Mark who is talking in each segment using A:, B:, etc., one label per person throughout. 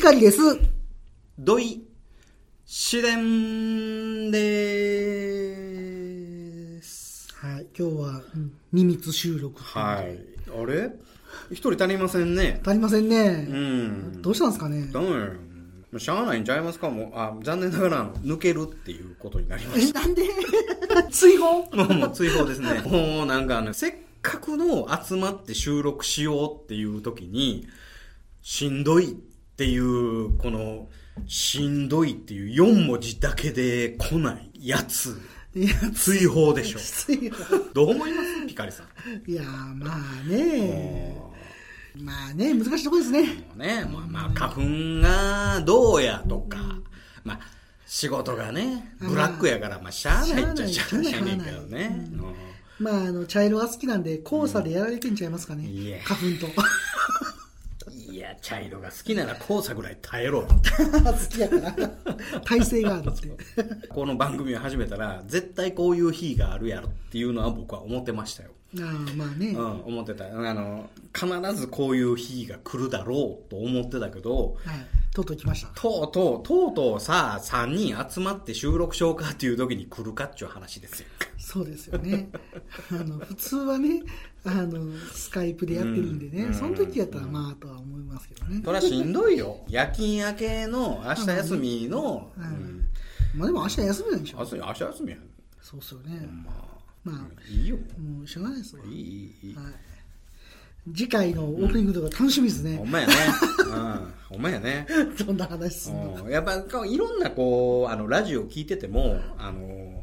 A: カリです。
B: ドイ、シュデンでーす。
A: はい。今日は、うん二密収録。
B: はい。あれ一人足りませんね。
A: 足りませんね
B: う。ん。
A: どうしたんですかね。
B: ダメよ。もうしゃあないんちゃいますかもう、あ、残念ながら、抜けるっていうことになりまし
A: え、なんで追放
B: た。もう、もう追放ですね。 もう、なんかね、せっかくの集まって収録しようっていう時に、しんどいっていう、この、しんどいっていう4文字だけで来ないやつ。
A: いや、
B: 追放 でしょ。
A: 追放。
B: どう思いますピカリさん。
A: いやー、まあね。まあね、難しいとこですね。
B: もうね、まあまあ、花粉がどうやとか、まあ、仕事がね、ブラックやから、まあ、しゃあないっちゃし
A: し
B: ゃ
A: ゃ
B: あ
A: あ
B: な
A: ないい
B: ねんけどね。
A: まあ、あの、茶色が好きなんで、黄砂でやられてんちゃいますかね。
B: いや
A: 花粉と。
B: うんいや、茶色が好きなら黄砂ぐらい耐えろ。
A: 好きやから。耐性があるって。
B: この番組を始めたら、絶対こういう日があるやろっていうのは僕は思ってましたよ。
A: ああ、まあね。
B: うん、思ってた。あの、必ずこういう日が来るだろうと思ってたけど、
A: はい。とうとう来ました。
B: とうとう、とうとうさ、3人集まって収録しようかっていう時に来るかっちゅう話ですよ。
A: そうですよね。 あの、普通はね、あの、スカイプでやってるんでね、
B: うん
A: その時やったらまあとは思いますけどね。
B: そりゃしんどいよ。 夜勤明けの明日休みの、う
A: うん
B: ん、
A: まあでも明日休みなんでし
B: 明
A: ょ。
B: 日明日休みやん。
A: そうっすよね。
B: ま
A: ま
B: あ、いいよ。
A: あ、もうしょうがないですわ。
B: いい
A: はい
B: いい。
A: 次回のオープニングとか楽しみです
B: ほ
A: ね。
B: んまやね。うん。ほんまやね。
A: どんな話すんの
B: うんやっぱこういろんなこう、あの、ラジオ聞いてても、あの、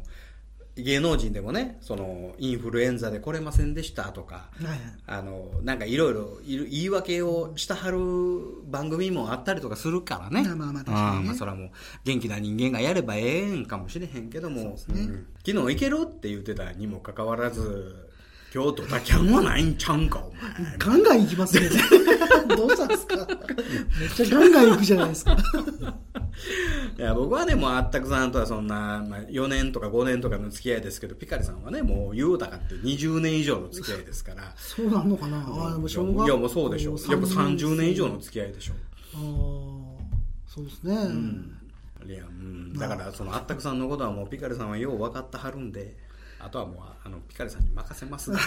B: 芸能人でもね、その、インフルエンザで来れませんでしたとか、
A: はいはい。
B: あの、なんかいろいろいる言い訳をしたはる番組もあったりとかするからね。
A: まあまあまあ確かにね
B: うんまあそれはもう、元気な人間がやればええんかもしれへんけども、
A: うですね
B: ん昨日行けるって言ってたにもかかわらず、京都だけんはないんちゃうんか、お前。
A: ガンガン行きますね。 どうしたんですかめっちゃガンガン行くじゃないですか。
B: いや、僕はね、もうあったくさんとはそんな、まあ、4年とか5年とかの付き合いですけど、ピカリさんはね、もう言うたかって20年以上の付き合いですから。
A: そうなんのかな、ああ、でも小学校
B: いや、もうそうでしょ。やっぱ30年以上の付き合いでしょ。
A: ああ、そうですね。
B: いや、うん、だから、その、あったくさんのことはもう、ピカリさんはよう分かったはるんで、あとはもう、あの、ピカリさんに任せますが。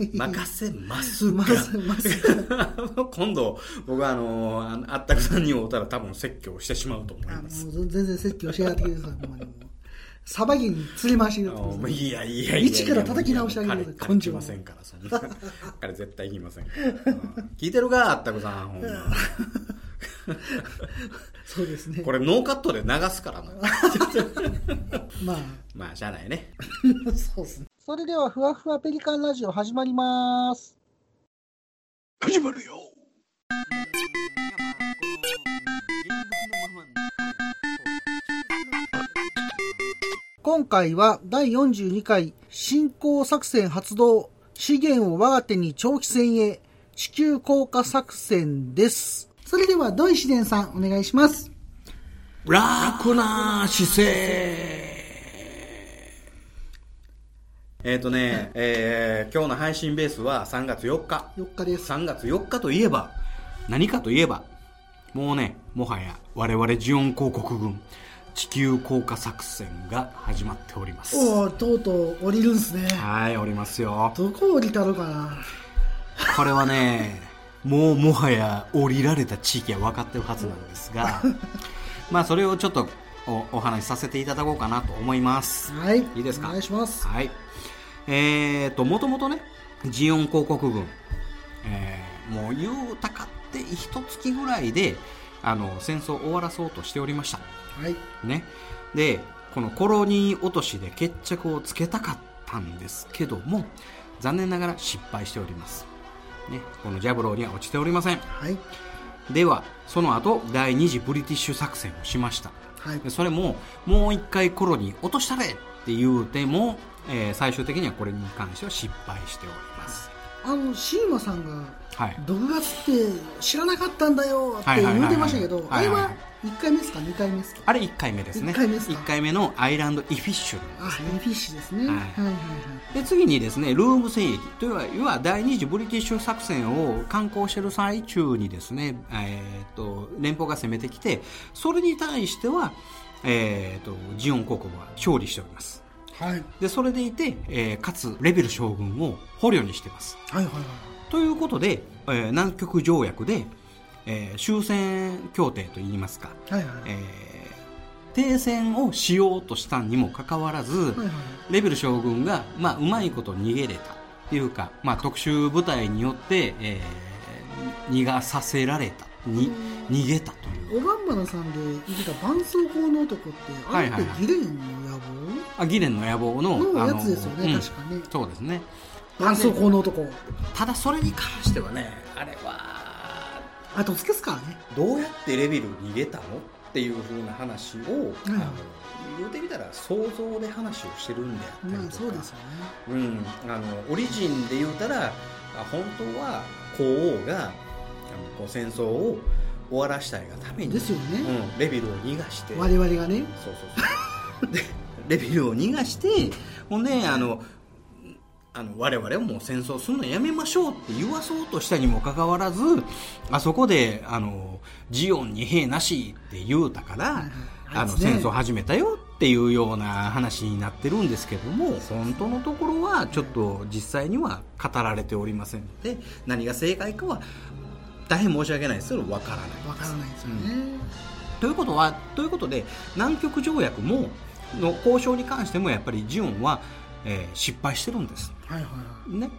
B: 任せますが。
A: 任せます
B: 今度、僕は、あの、あのあったくさんに会うたら多分説教してしまうと思い
A: あも
B: ま
A: う
B: す。
A: 全然説教しやがってください、ほんまにもう。サバギに釣り回してくださ
B: あもう
A: い。
B: いやいやいやいや。
A: 一から叩き直してあげてください
B: 彼彼
A: 根
B: 来
A: 性を
B: ませんから、そ んな。彼絶対来ませんから。うん聞いてるか、あったくさん、ほんま。
A: そうですね。
B: これ、ノーカットで流すから な。
A: まあ、
B: まあ、しゃあないね。
A: そうですね。それでは、ふわふわペリカンラジオ始まります。
B: 始まるよ
A: 今回は第42回進行作戦発動資源を我が手に長期戦へ地球降下作戦です。それでは、ドイシデンさん、お願いします。
B: 楽な姿勢えっ、とね、えー今日の配信ベースは3月4日。
A: 4日です。
B: 3月4日といえば、何かといえば、もうね、もはや我々ジオン広告軍、地球降下作戦が始まっております。
A: おお、とうとう降りるんすね。
B: はい、おりますよ。
A: どこ降りたのかな
B: これはね、もうもはや降りられた地域は分かってるはずなんです が、まあそれをちょっとおお話しさせていただこうかなと思います。
A: はい。
B: いいですか
A: お願いします。
B: はい。えーと、もともとね、ジオン広告軍、えーもう言うたかって一月ぐらいで、あの、戦争を終わらそうとしておりました。
A: はい。
B: ね。で、このコロニー落としで決着をつけたかったんですけども、残念ながら失敗しております。ね、このジャブローには落ちておりません。
A: はい。
B: では、その後、第2次ブリティッシュ作戦をしました。
A: はい
B: で。それも、もう一回コロニー落としたれって言うても、えー最終的にはこれに関しては失敗しております。
A: あのシーマさんが
B: はい
A: 毒ガスって知らなかったんだよって言ってましたけど、あ
B: はい
A: れ
B: はいはいはいはいはいはい
A: は1回目ですか、2回目ですか、
B: あれ1回目ですね
A: 一回目ですか
B: 一目のアイランドイフィッシュ
A: あヘフィッシュですね、
B: は
A: はいいはいはい
B: で次にですねルーム戦役というのは要は第二次ブリティッシュ作戦を観光している最中にですね、えー、と連邦が攻めてきてそれに対しては、えー、とジオン国母は勝利しております
A: はいはい
B: でそれでいて、えーかつレベル将軍を捕虜にしています
A: はいはいはい
B: ということで、えー南極条約で、えー終戦協定といいますか、
A: はいはい
B: えー停戦をしようとしたにもかかわらず、
A: はいはい
B: レベル将軍が、まあ、うまいこと逃げれたというか、まあ、特殊部隊によって、えー逃がさせられたに逃げたという
A: オガンバナさんで言ってた絆創膏の男って、あれって
B: はいはいは
A: ギ
B: い
A: レンの野
B: あギレンの野望の
A: 望の
B: あ
A: や
B: の
A: つですよね、
B: うん
A: 確かね。
B: そうですね
A: 絆創膏の男。
B: ただそれに関してはねあれは
A: あとつけすからね。
C: どうやってレベル逃げたのっていうふうな話を、あの言うてみたら想像で話をしてるんであったりとか、
A: まあそうですよね。
C: うん、あのオリジンで言うたらあ本当は皇王があのこう戦争を終わらしたいがために
A: ですよね
C: うん、レビルを逃がして
A: 我々がね。
C: そうそうそう でレビルを逃がしてほんであのあの我々はもう戦争するのやめましょうって言わそうと
B: としたにもかかわらずあそこであのジオンに兵なしって言うたから、
A: い
B: あの
A: あいつね
B: 戦争始めたよっていうような話になってるんですけども本当のところはちょっと実際には語られておりませんので何が正解かは大変申し訳ないですけどわからない
A: わからないですよね。
B: ということはということで南極条約もの交渉に関してもやっぱりジオンは、えー失敗してるんです、
A: はいはいは
B: ね、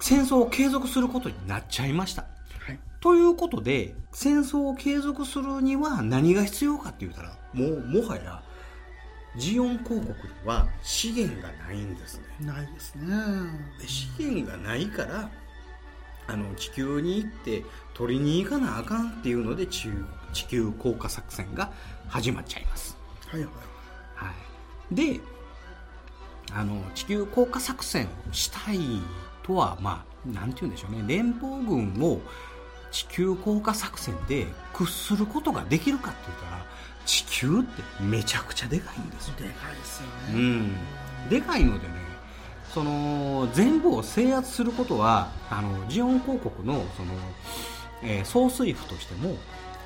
B: 戦争を継続することになっちゃいました
A: い。はい
B: ということで戦争を継続するには何が必要かって言ったらもうもはやジオン公国には資源がないんですね
A: ないですね。
C: で資源がないからあの地球に行って取りに行かなあかんっていうので地球
B: 地球降下作戦が始まっちゃいます、
A: はいはい。
B: はい、であの地球降下作戦をしたいとはまあなんて言うんでしょうね連邦軍を地球降下作戦で屈することができるかって言ったら地球ってめちゃくちゃでかいんですよ
A: でかいですよ
B: う
A: ね。
B: ん、でかいのでねその全部を制圧することはあのジオン公国のその、えー総帥府としても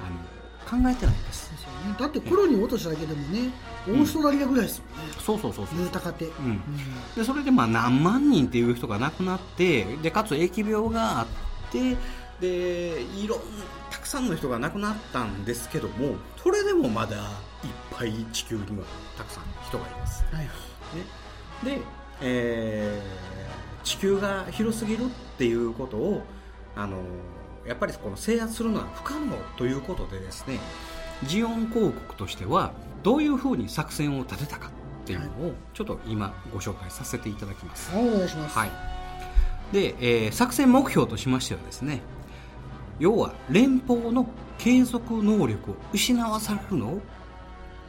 B: あの考えてないんです
A: ですよね。だってコロニー落としただけでもね、オ
B: ん
A: ーストラリアぐらいですよね。
B: そうそうそうそう
A: 言うたかて。うん
B: でそれでまあ何万人っていう人が亡くなってでかつ疫病があって
C: でいろんたくさんの人が亡くなったんですけどもそれでもまだいっぱい地球にはたくさん人がいます
A: はいはい。
C: で、えー地球が広すぎるっていうことをあのやっぱりこの制圧するのは不可能ということでですね
B: ジオン公国としてはどういうふうに作戦を立てたかっていうのをちょっと今ご紹介させていただきます
A: はい、お願いします。
B: はい、で、えー作戦目標としましてはですね要は連邦の継続能力を失わされるのを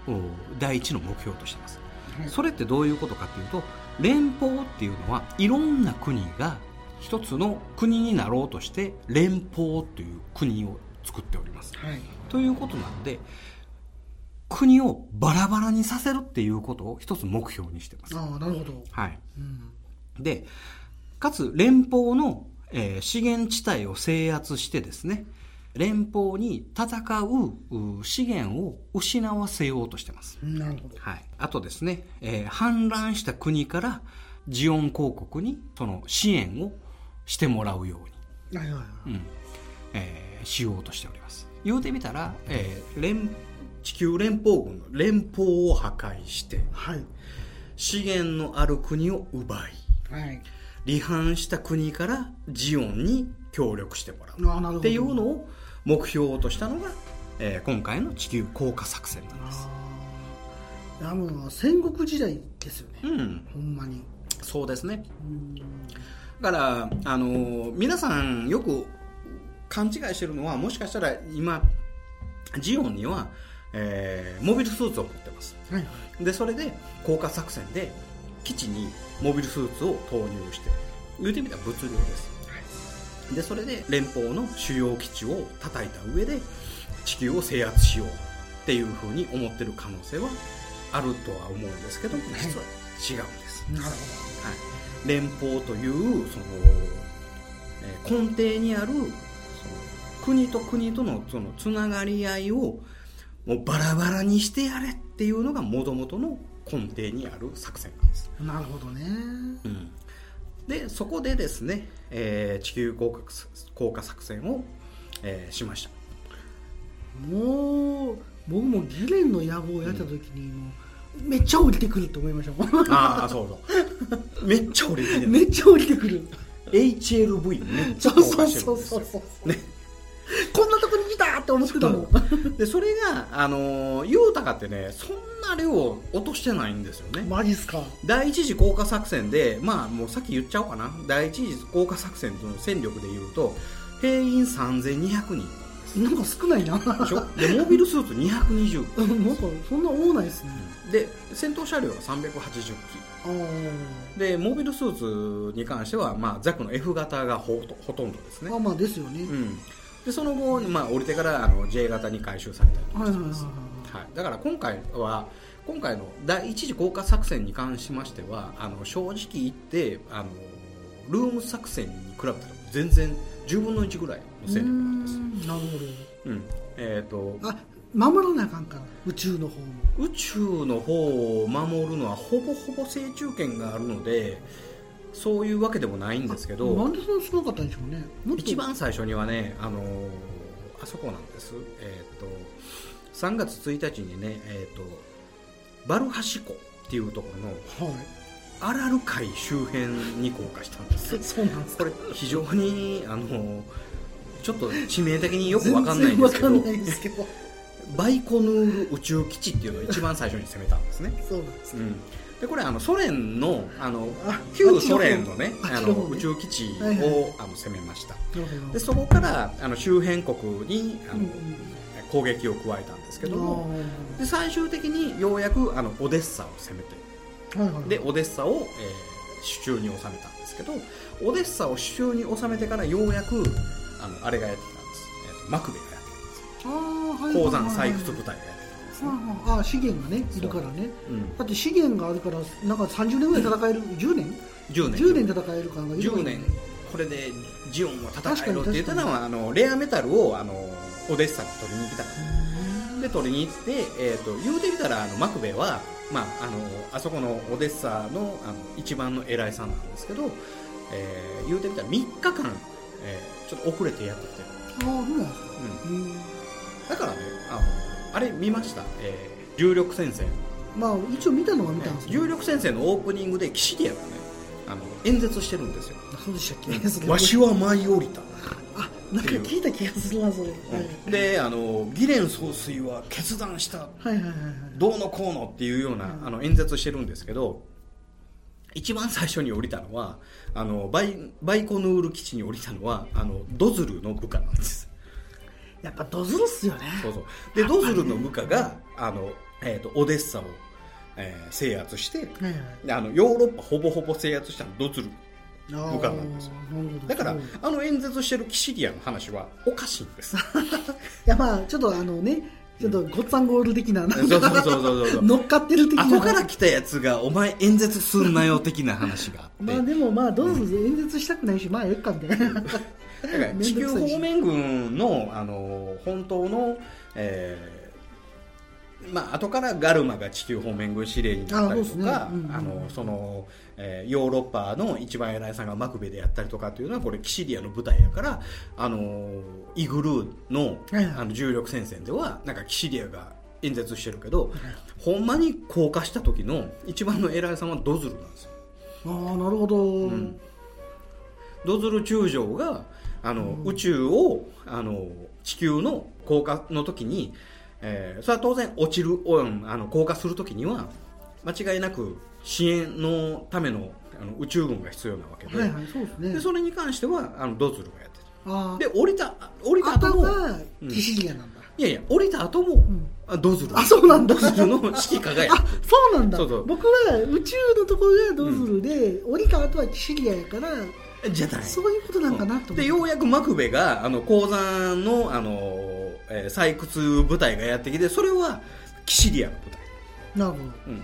B: お第一の目標としています
A: はい
B: それってどういうことかというと連邦っていうのはいろんな国が一つの国になろうとして連邦という国を作っております
A: はい。
B: ということなので国をバラバラにさせるっていうことを一つ目標にしてます、
A: ああ、なるほど。
B: はい、
A: うん。
B: でかつ連邦の、えー資源地帯を制圧してですね連邦に戦うう資源を失わせようとしてます、
A: なるほど。
B: はい、あとですね、えー反乱した国からジオン公国にその支援をしてもらうように
A: はいはいはい。
B: えーしようとしております言うてみたら、えー連
C: 地球連邦軍の連邦を破壊して
A: はい。
C: 資源のある国を奪い
A: はい。
C: 離反した国からジオンに協力してもら
A: あ
C: う
A: あ、なるほど。
C: っていうのを目標としたのが、えー今回の地球降下作戦なんです。
A: あーいやもう戦国時代ですよね、
C: うん、
A: ほんまに
C: そうですね
A: うん
C: だから、あのー皆さんよく勘違いしてるのはもしかしたら今ジオンには、えーモビルスーツを持ってます
A: はいはい
C: でそれで降下作戦で基地にモビルスーツを投入して言うてみたら物量です
B: でそれで連邦の主要基地を叩いた上で地球を制圧しようっていうふうに思ってる可能性はあるとは思うんですけど実は違うんです、
A: なるほ
B: はい、連邦というその、えー根底にあるその国と国とのそのつながり合いをもうバラバラにしてやれっていうのがもともとの根底にある作戦なんです
A: どなるほどね
B: うんでそこでですね、えー地球降下降下作戦を、えーしました
A: もう僕もギレンの野望をやった時にもうめっちゃ降りてくるって思いましたもん
B: ああそうそうめっちゃ俺見てる
A: めっちゃ降りてくる
B: HLV めっ
A: そ
B: ちゃ
A: う
B: 降
A: そう
B: 下してる
A: そ
B: ん
A: う
B: です
A: そう
B: よ
A: そう
B: ね
A: こんなとこに来たって思ってたもん
B: でそれが、あのー、ユータカってねそんな量を落としてないんですよね
A: マジっすか
B: 第一次降下作戦でまあもうさっき言っちゃおうかな第一次降下作戦の戦力で言うと兵員3200人
A: なんか少 ないななん
B: で
A: か
B: しょでモビルスーツ220
A: そんな多ないですね
B: で戦闘車両が380
A: あー
B: 機でモビルスーツに関しては、まあ、ザクの F 型がほとほとんどですね
A: まあ、まあですよね、
B: うん、でその後、まあ、降りてからあの J 型に回収されたりとか
A: はいはいはいはい
B: はい、だから今回は今回の第一次降下作戦に関しましてはあの正直言ってあのルーム作戦に比べたら全然10分の1ぐらいの
A: うー
B: 戦力なんですよ、
A: んなる
B: うんえー、と
A: ほどあ守らなあかんから宇宙の方も
B: 宇宙の方を守るのはほぼほぼ正中圏があるのでそういうわけでもないんですけ
A: な
B: ど
A: んでそんな少なかったんでしょうねもっと
B: 一番最初にはねあのーあそこなんですえーっ、と3月1日にねえーっ、とバルハシ湖っていうところの
A: はい
B: アラル海周辺に降下したんで す
A: そうなんです
B: こ
A: か
B: れ非常にあのちょっと致命的によくわかんない
A: 全然
B: んで
A: わ
B: すけ
A: か
B: ど
A: んないですけど
B: バイコヌール宇宙基地っていうのを一番最初に攻めたんですね、
A: そうなんです
B: う
A: か
B: ん、でこれあのソ連のあの
A: あ
B: 旧ソ連のね
A: あっち
B: あ
A: の方あっちの方
B: の
A: ね
B: 宇宙基地を、
A: はいは
B: あの攻めました
A: なるほど
B: でそこからあの周辺国にあの、
A: うんうん
B: 攻撃を加えたんですけども
A: あ
B: で最終的にようやくあのオデッサを攻めて
A: ーはいはい
B: でオデッサを、えー手中に収めたんですけどオデッサを手中に収めてからようやくあのあれがやってきたんです、えーとマクベがやってきたんです
A: あーはいはいはい
B: 鉱山採掘部隊がやってきたんですね、
A: あーあー資源がねいるからね
B: うん、
A: だって資源があるからなんか30年ぐらい戦える10年
B: 10年
A: 10年戦えるから
B: 10年これでジオンを戦えろって言ったのはあのレアメタルをあのオデッサに取りに来たからで取りに行って、えー、と言うてみたらあのマクベは、まあ、あのあそこのオデッサのあの一番の偉いさんなんですけど、えー言うてみたら3日間、えーちょっと遅れてやってきてる、
A: ああそうなんです
B: う
A: か
B: ん、
A: うん
B: だからねあのあれ見ました、えー重力戦線、
A: まあ一応見たのは見たんですけど
B: 重力戦線のオープニングで騎士ディアがねあの演説してるんですよ
A: そうでしたっけそれ
B: わしは舞い降りた
A: あなんか聞いた気がするなそれ、はい
B: であのギレン総帥は決断した
A: はいはいはいはい
B: どうのこうのっていうようなあの演説してるんですけど一番最初に降りたのはあのバイバイコヌール基地に降りたのはあのドズルの部下なんです
A: やっぱドズルっすよね
B: そうそうでドズルの部下があの、えー、とオデッサを、えー制圧して
A: はいはい
B: であのヨーロッパほぼほぼ制圧したのドズル
A: あー
B: 部下なんですよ
A: なるほど
B: だから
A: そう
B: あの演説してるキシリアの話はおかしいんです
A: いやまあちょっとあのねちょっとごっつぁんゴール的な
B: そうそうそうそう そ う
A: 乗っかってる的な
B: 後から来たやつがお前演説すんなよ的な話があって
A: まあでもまあどうぞ演説したくないし、まあええかみたいな
B: だから地球方面軍のあの本当の、えーまあ後からガルマが地球方面軍司令になった
A: あそ
B: りとか
A: うですねうん
B: あのそのえーヨーロッパの一番偉いさんがマクベでやったりとかっていうのはこれキシリアの舞台やからあのイグルーの
A: はいはい
B: あの重力戦線ではなんかキシリアが演説してるけどほんまに降下した時の一番の偉いさんはドズルなんですよ。
A: ああなるほど、
B: んドズル中将があの、宇宙をあの地球の降下の時に、えーそれは当然落ちるうんあの降下する時には間違いなく支援のためのあの宇宙軍が必要なわけで,、
A: はいはいそうです
B: で
A: ね
B: それに関してはあのドズルがやって
A: ああ
B: るで降りた降りた
A: あた
B: 後も
A: がキシリアなんだ、
B: いやいや降りた後も、
A: ん
B: あドズル
A: あそうなんだ
B: ドズルの指揮下がや っ
A: あ
B: てる
A: そうなんだ
B: そうそう
A: 僕は宇宙のところがドズルで、降りた後はキシリアやから
B: じゃない
A: そういうことなんかなと思
B: で
A: って、
B: ようやくマクベがあの鉱山のあの、えー採掘部隊がやってきてそれはキシリアの部隊、
A: なるほど
B: うん、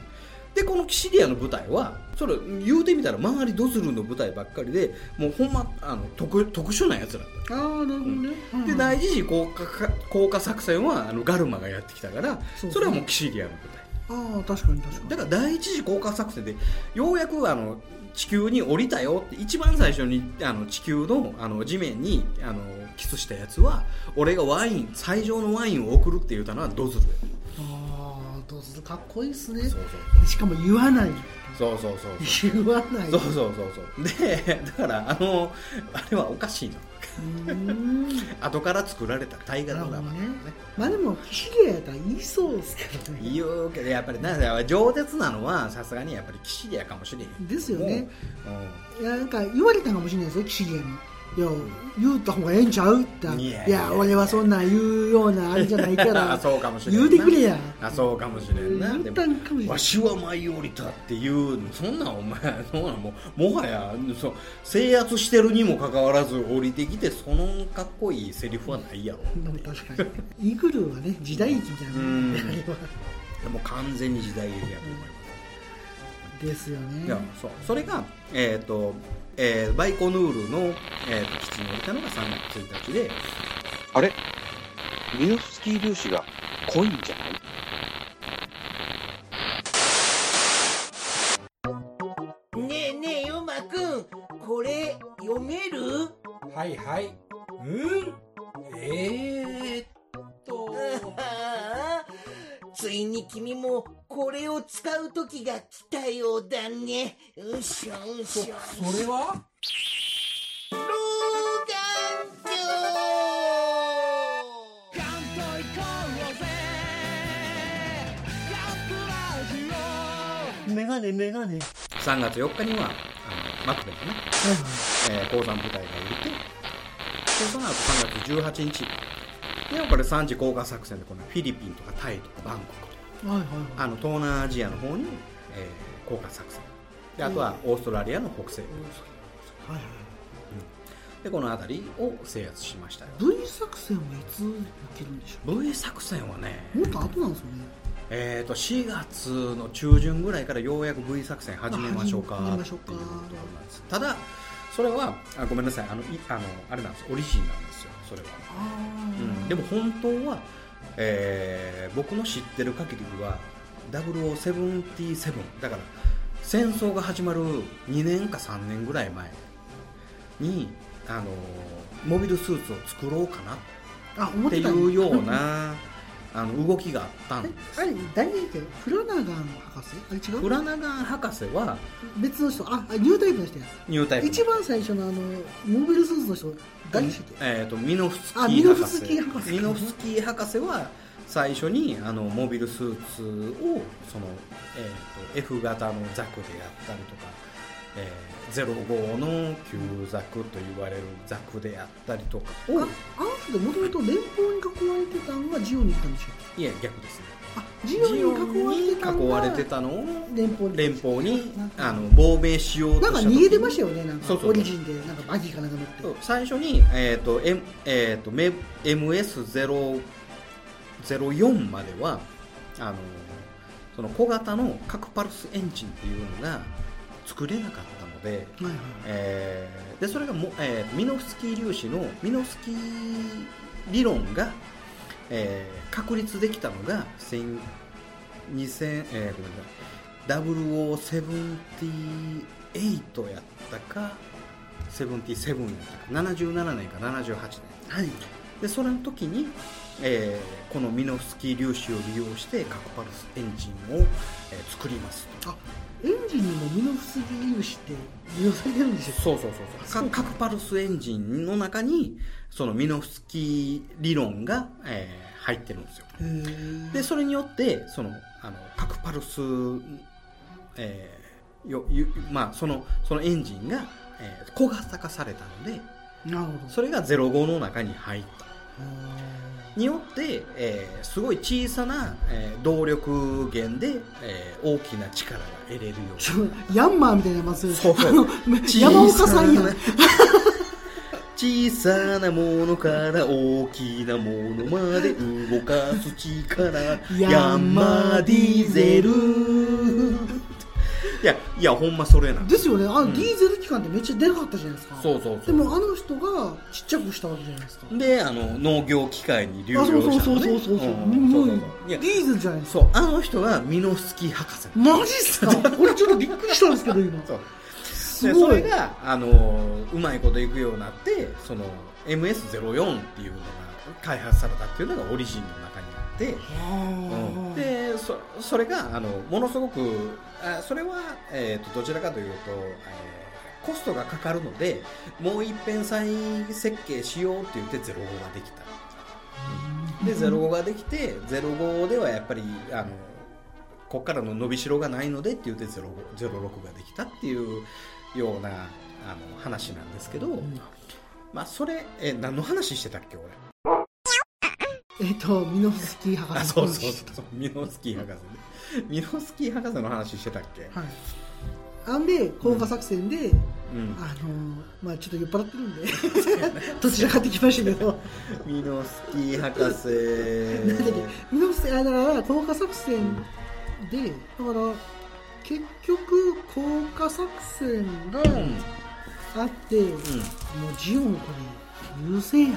B: でこのキシリアの部隊はそれ言うてみたら周りドズルの部隊ばっかりでもうほんまあの特特殊なやつら
A: ああなるほどね、うん
B: で第一次降下か降下作戦はあのガルマがやってきたから
A: そうそう
B: それはもうキシリアの部隊
A: ああ確かに確かに
B: だから第一次降下作戦でようやくあの地球に降りたよって一番最初にあの地球のあの地面にあのキスしたやつは俺がワイン最上のワインを送るって言ったのはドズル
A: ああどうするかっこいいっすね
B: そう
A: しかも言わない
B: そうそうそうそう
A: 言わない
B: そうそうそうそうでだからあのあれはおかしいな
A: うーん
B: 後から作られた大河ドラマだから
A: なる
B: ね
A: ほどねまあでもキシリアやったら言いそうですけどね
B: 言うけどやっぱりなんだ饒舌なのはさすがにやっぱり騎士やかもしれへん
A: ですよね
B: もううん
A: いやなんか言われたかもしれないですよキシリアにいや言うた方がええんちゃうって
B: い
A: い
B: や
A: や
B: いや
A: 俺はそんなん言うようなあれじゃないか
B: あ
A: ら
B: そうかもしれんな
A: 言うてくれや
B: あそうかもしれんな
A: 言ったんかもしれん
B: わしは舞い降りたっていうそんなんお前そんなんもうもはやそう制圧してるにもかかわらず降りてきてそのかっこいいセリフはないやろ
A: でも確かにイーグルーはね時代劇みたいなもんであれは
B: でも完全に時代劇やと思います
A: ですよ
B: いや
A: ね
B: そうそれが、えーとえーバイコヌールの、えーと基地に降りたのが3月1日で
D: あれミノフスキー粒子が濃いんじゃない
E: ねえねえ、ヨマくん、これ、読める
F: はいはい。うんえー、っと。
E: ああ ついに君も、これを使う時が来たようだね。うしょう
F: そ、
E: しょ。
F: それは
E: 老眼鏡
B: 3月4日にはあのマクベのね、えー鉱山部隊が降りてでその後3月18日でこれ3次降下作戦でこのフィリピンとかタイとかバンコクとか
A: はいはい
B: あの東南アジアの方に、えー降下作戦であとはオーストラリアの北西部
A: はいはい
B: でこの辺りを制圧しましたよ
A: V 作戦はいつ受けるんでしょ
B: V 作戦はね
A: うもっと後なんですよね
B: えー、と4月の中旬ぐらいからようやく V 作戦始めましょうか
A: あ始めましょう
B: って
A: か
B: いうことなんですただそれはあごめんなさいあのいあのあれなんですオリジンなんですよそれは、
A: あ
B: うんでも本当は、えー僕の知ってる限りは0077だから戦争が始まる2年か3年ぐらい前にあのモビルスーツを作ろうかなっ
A: ああ思っててた
B: いうようなあの動きがあったん
A: あれ
B: です
A: あれ誰だっけフラナガン博士あれ違
B: フ
A: う
B: ラナガン博士は
A: 別の人ああニュータイプの人や
B: ニュータイプ
A: 一番最初のあのモビルスーツの人誰でしたっけ
B: えー、とミノフスキ
A: あ
B: ー
A: ミノフ
B: 博
A: ス
B: 士
A: キー博士
B: ミノフスキー博士は最初にあのモビルスーツをその、えー、と F 型のザクでやったりとか、えー、05の旧ザクと言われるザクでやったりとかを
A: ああの人でもともと連邦に囲われてたのがジオに行ったんでしょ
B: いや逆ですね
A: あジオに囲われてた
B: ジオに
A: の
B: 囲わ
A: が
B: れてたのを
A: 連邦に
B: 連邦に
A: なんか
B: あの亡命しようと
A: な
B: し
A: んか
B: た時
A: 逃げてましたよねなん
B: そ
A: か
B: うそう
A: オリジンでなんかバギーかなんか乗って
B: 最初に、えーと M えー、とメ MS04 まではあのその小型の核パルスエンジンっていうのが作れなかったので,、
A: はいはい
B: えーでそれがも、えーミノフスキー粒子のミノフスキー理論が、えー確立できたのが1000 2000、えーごめんなさい0078やったか77やったか77年か78年、はい、でそれの時に、えーこのミノフスキー粒子を利用して核パルスエンジンを、えー作ります
A: あエンジンにもミノフスギ粒子って利用されてるんでしょ
B: そうそうそうそうか核パルスエンジンの中にそのミノフスキー理論が、えー入ってるんですよ
A: へー
B: でそれによってそのあの核パルス、えーよゆまあ、そのそのエンジンが、えー小型化されたので
A: なるほど
B: それが05の中に入った
A: あー
B: によって、えーすごい小さな、えー動力源で、えー大きな力が得れるように
A: ちょヤンマーみたいなやつ
B: そうそう
A: あの山岡さんやん
B: 小さなものから大きなものまで動かす力ヤンマーディーゼルいやいやほんまそれなん
A: ですよねあの、ディーゼル機関ってめっちゃでかかったじゃないですか
B: そうそう
A: で
B: そう
A: もあの人がちっちゃくしたわけじゃないですか
B: であの農業機械に流
A: あ
B: 用
A: そうそう
B: した
A: そ
B: の
A: う
B: ね
A: そうそうそう、
B: ん
A: も
B: そううそうそう
A: ディ
B: いや
A: ーゼルじゃないですか
B: そうあの人はミノスキー博士
A: マジっすか俺ちょっとびっくりしたんですけど今
B: そう
A: す
B: で
A: ご
B: そ
A: い
B: れがあのうまいこといくようになってその MS04 っていうのが開発されたっていうのがオリジンの中にあって、うん
A: あ
B: でそそれがあのものすごくあそれは、えーとどちらかというと、えーコストがかかるのでもう一遍再設計しようって言って05ができたで05ができて05ではやっぱりあのこっからの伸びしろがないのでって言って05 06ができたっていうようなあの話なんですけど、まあそれえ何の話してたっけ俺
A: えっとミノフスキー博士
B: あそうそうそうミノスキー博士ねミノスキー博士の話してたっけ、
A: はいあんで効果作戦で、
B: うん、
A: あのーまあちょっと酔っ払ってるんで どちらかってきましたけど
B: ミノスキー博士
A: なんだっけミノフスキーあだから効果作戦で、だから結局効果作戦が
B: うん、うん
A: あって、もうジオンこれ優勢やん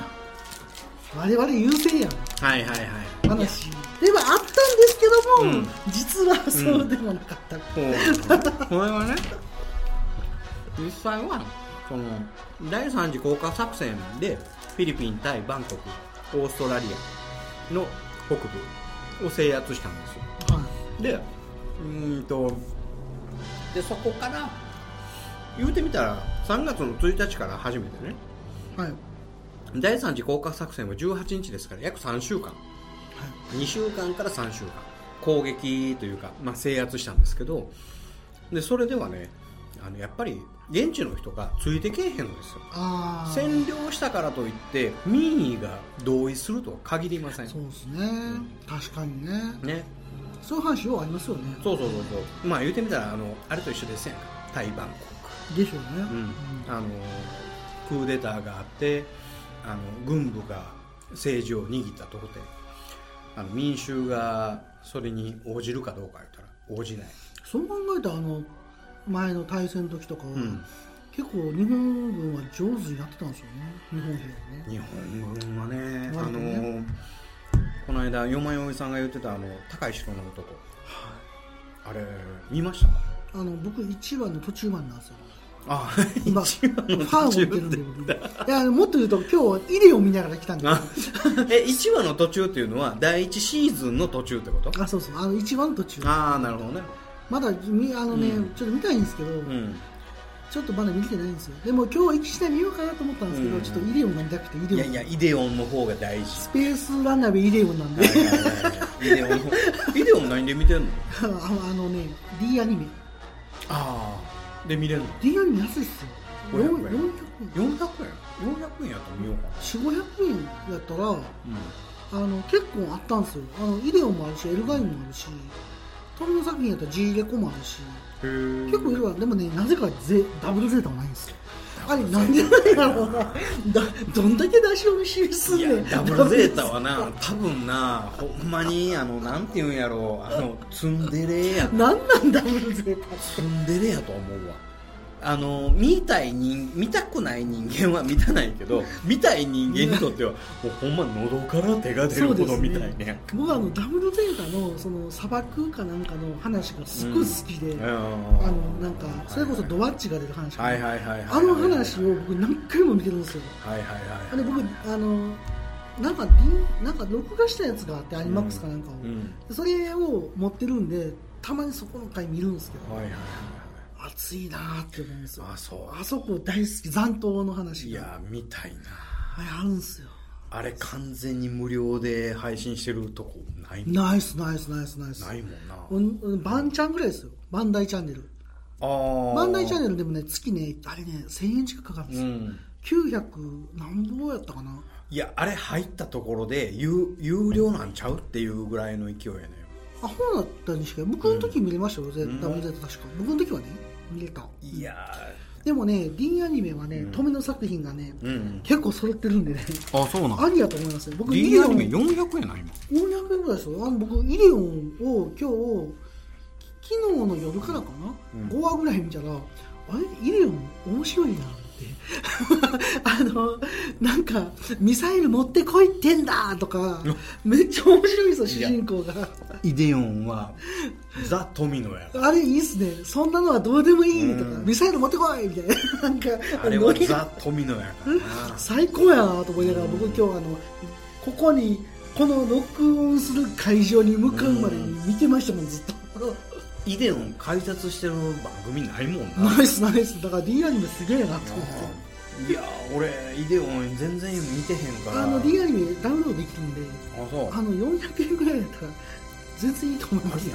A: 我々優勢やん
B: はいはいはい
A: 話ではあったんですけども、
B: うん
A: 実はそうでもなかった、
B: これはね実際はその第3次降下作戦でフィリピン対バンコクオーストラリアの北部を制圧したんですよ
A: はい
B: でうーんとでそこから言うてみたら3月の1日から始めてね
A: はい
B: 第3次降下作戦は18日ですから約3週間、2週間から3週間攻撃というか、まあ、制圧したんですけどでそれではねあのやっぱり現地の人がついてけえへんのですよ
A: ああ
B: 占領したからといって民意が同意するとは限りません
A: そうですね、確かにね
B: ね
A: そういう話ようありますよね
B: そうそうそうそうまあ言うてみたらあのあれと一緒ですやんか対バンコク
A: でしょうね、
B: うんあのクーデターがあってあの軍部が政治を握ったとこであの民衆がそれに応じるかどうか言ったら応じない、
A: そう考えたらあの前の対戦の時とかは、
B: ん
A: 結構日本軍は上手にやってたんですよね日本兵はね
B: 日本軍は
A: な
B: ねあ
A: るほど
B: の
A: ね
B: この間よまよいさんが言ってたあの高い城の男、あれ見ました
A: あの僕一番の途中マンなんですよ
B: あ
A: 今
B: 一番
A: フ
B: の
A: ァンを
B: 途
A: 見
B: 中
A: てるんで
B: って
A: 僕いやもっと言うと今日イデオ見ながら来たんで
B: あ え1話の途中っていうのは第1シーズンの途中ってこと
A: あそうそうあの一番の途中
B: ああなるほどね
A: まだみあのね、
B: うん
A: ちょっと見たいんですけど、
B: うん
A: ちょっとまだ見てないんですよでも今日一試合見ようかなと思ったんですけど、
B: うん
A: ちょっとイデオンが見たくてイデオン
B: いやいやイデオンの方が大事
A: スペースランナーでイデオンなんで
B: ビデオビデオ何で見てんの
A: あのあのね D アニメ
B: ああで見れるの
A: D アニメ安いっすよ
B: 500
A: 400円
B: 円400円400円やったら見ようかな
A: 4500円やったらあの結構あったんですよあのイデオンもあるしエルガインもあるし鳥の作品やったら G レコもあるし
B: うん
A: 結構いろいろあるでもねなぜかゼダブルゼータはないんですよあれなんでなんやろうなだどんだけ出しを見しみすん
B: い
A: ね
B: や
A: ん
B: ダブルゼータはな多分なほんまにあのなんていうんやろうあのツンデレや
A: なんなんダブルゼータ
B: ツンデレやと思うわあの見たい人見たくない人間は見たないけど見たい人間にとってはもうほんま喉から手が出るほど見たいね
A: 僕はあのダブルゼータのその砂漠かなんかの話がすごい好きで、
B: うん
A: あのなんかそれこそドワッチが出る話かな、
B: はいはいはいはいはい
A: あの話を僕何回も見てるんですよ
B: はいはいはい
A: あの僕あのなんか D- なんか録画したやつがあってアニマックスかなんかを、
B: うん
A: それを持ってるんでたまにそこの回見るんですけど、
B: はいはいはい
A: 熱いなーって思うんですよ
B: あそう
A: あそこ大好き残党の話
B: い
A: が
B: や見たいな
A: あれあるんですよ
B: あれ完全に無料で配信してるとこないもん
A: ナイスナイスナイスナイス
B: ないもんな
A: うんうんバンチャンぐらいですよバンダイチャンネル
B: あー
A: バンダイチャンネルでもね月ねあれね1000円近くかかるんで
B: う
A: すよ、
B: ん
A: 900何本やったかな
B: いやあれ入ったところで有有料なんちゃうっていうぐらいの勢いやね
A: アホだったにしか僕の時見れましたよ、絶対絶対確か僕の時はね見れた
B: いや
A: でもね D アニメはね、止めの作品がね、
B: うん
A: 結構揃ってるんでね
G: あそうなん
A: ありやと思いますね僕イ
G: D
A: デ
G: ア
A: オ
G: ニ
A: ン
G: メ400円な今
A: 400円ぐらいですよあの僕イデオンを今日き昨日の夜からかな、5話ぐらい見たらあれイデオン面白いなって あのなんかミサイル持ってこいってんだとかめっちゃ面白いですよ主人公が
B: イデオンはザ・トミノや
A: あれいいっすねそんなのはどうでもいいとか、
B: うん
A: ミサイル持ってこいみたいななんか
B: あれは
A: ノリが
B: ザ・トミノやからな
A: 最高やなと思いながら僕今日あのここにこの録音する会場に向かうまでに見てましたもんずっと
B: イデオン解説してる番組ないもんな
A: ナイスナイスだから D アニメすげえなと思って
B: いや俺イデオン全然見てへんから
A: あの D アニメダウンロードできるんで
B: あそう
A: あの400円ぐらいだったら全然いいと思います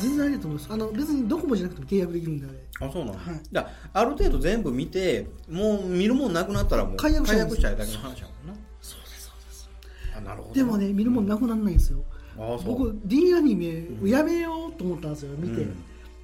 A: 全然ありだと思いますあの別にドコモじゃなくても契約できるんであれ
B: あそうなの、
A: はい
B: だある程度全部見てもう見るもんなくなったらもう
A: 解約しちゃうんです
B: 解約しちゃうだけの話やもんなそうですそうですあなるほど
A: でもね見るもんなくならないんですよ
B: あそう
A: 僕 D アニメをやめようと思ったんですよ見て、
B: うん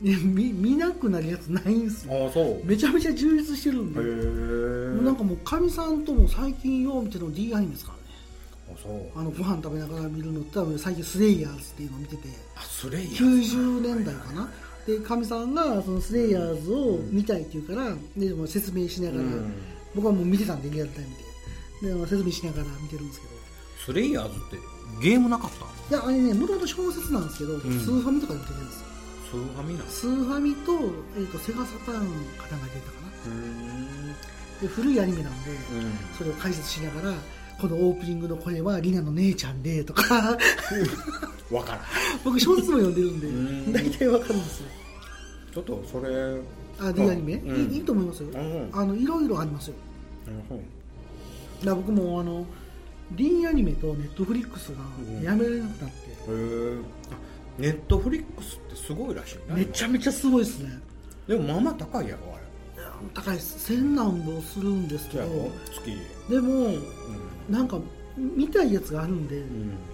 A: で見見なくなるやつないんですよ
B: あそうへ
A: めちゃめちゃ充実してるんでもう
B: え
A: なんかもうかみさんとも最近よう見てるの D アニメですからね
B: あそう
A: あのご飯食べながら見るのって多分最近スレイヤーズっていうのを見てて
B: あスレイヤーズ
A: 90年代かなでかみさんがそのスレイヤーズを見たいって言うからでもう説明しながら、
B: うん
A: 僕はもう見てたんでリアルタイムでであの説明しながら見てるんですけど
B: スレイヤーズって
G: ゲームなかった
A: いやあれねもともと小説なんですけど、スーファミとかで出てるんですよ
B: スーファミなん
A: スーファミと,、えー、とセガサターンかなんか出たかな
B: うん
A: で古いアニメなんで、それを解説しながらこのオープニングの声はリナの姉ちゃんでとか
B: 分からん
A: 僕小説も読んでるん
B: ん
A: で大体わかるんですよ
B: ちょっとそれ
A: あ D アニメ、
B: うん
A: いいいと思いますよ
B: あうん
A: あのいろいろありますよ
B: うんそう
A: だから僕もあの D アニメとネットフリックスがやめれなくなって、
B: へえネットフリックスってすごいらしいな
A: めちゃめちゃすごいですね
B: でもまあまあ高いやろあれ
A: 高いです千何本するんですけ
B: じゃ
A: ど
B: あ月
A: でも
B: う
A: なんか見たいやつがあるんで、
B: ん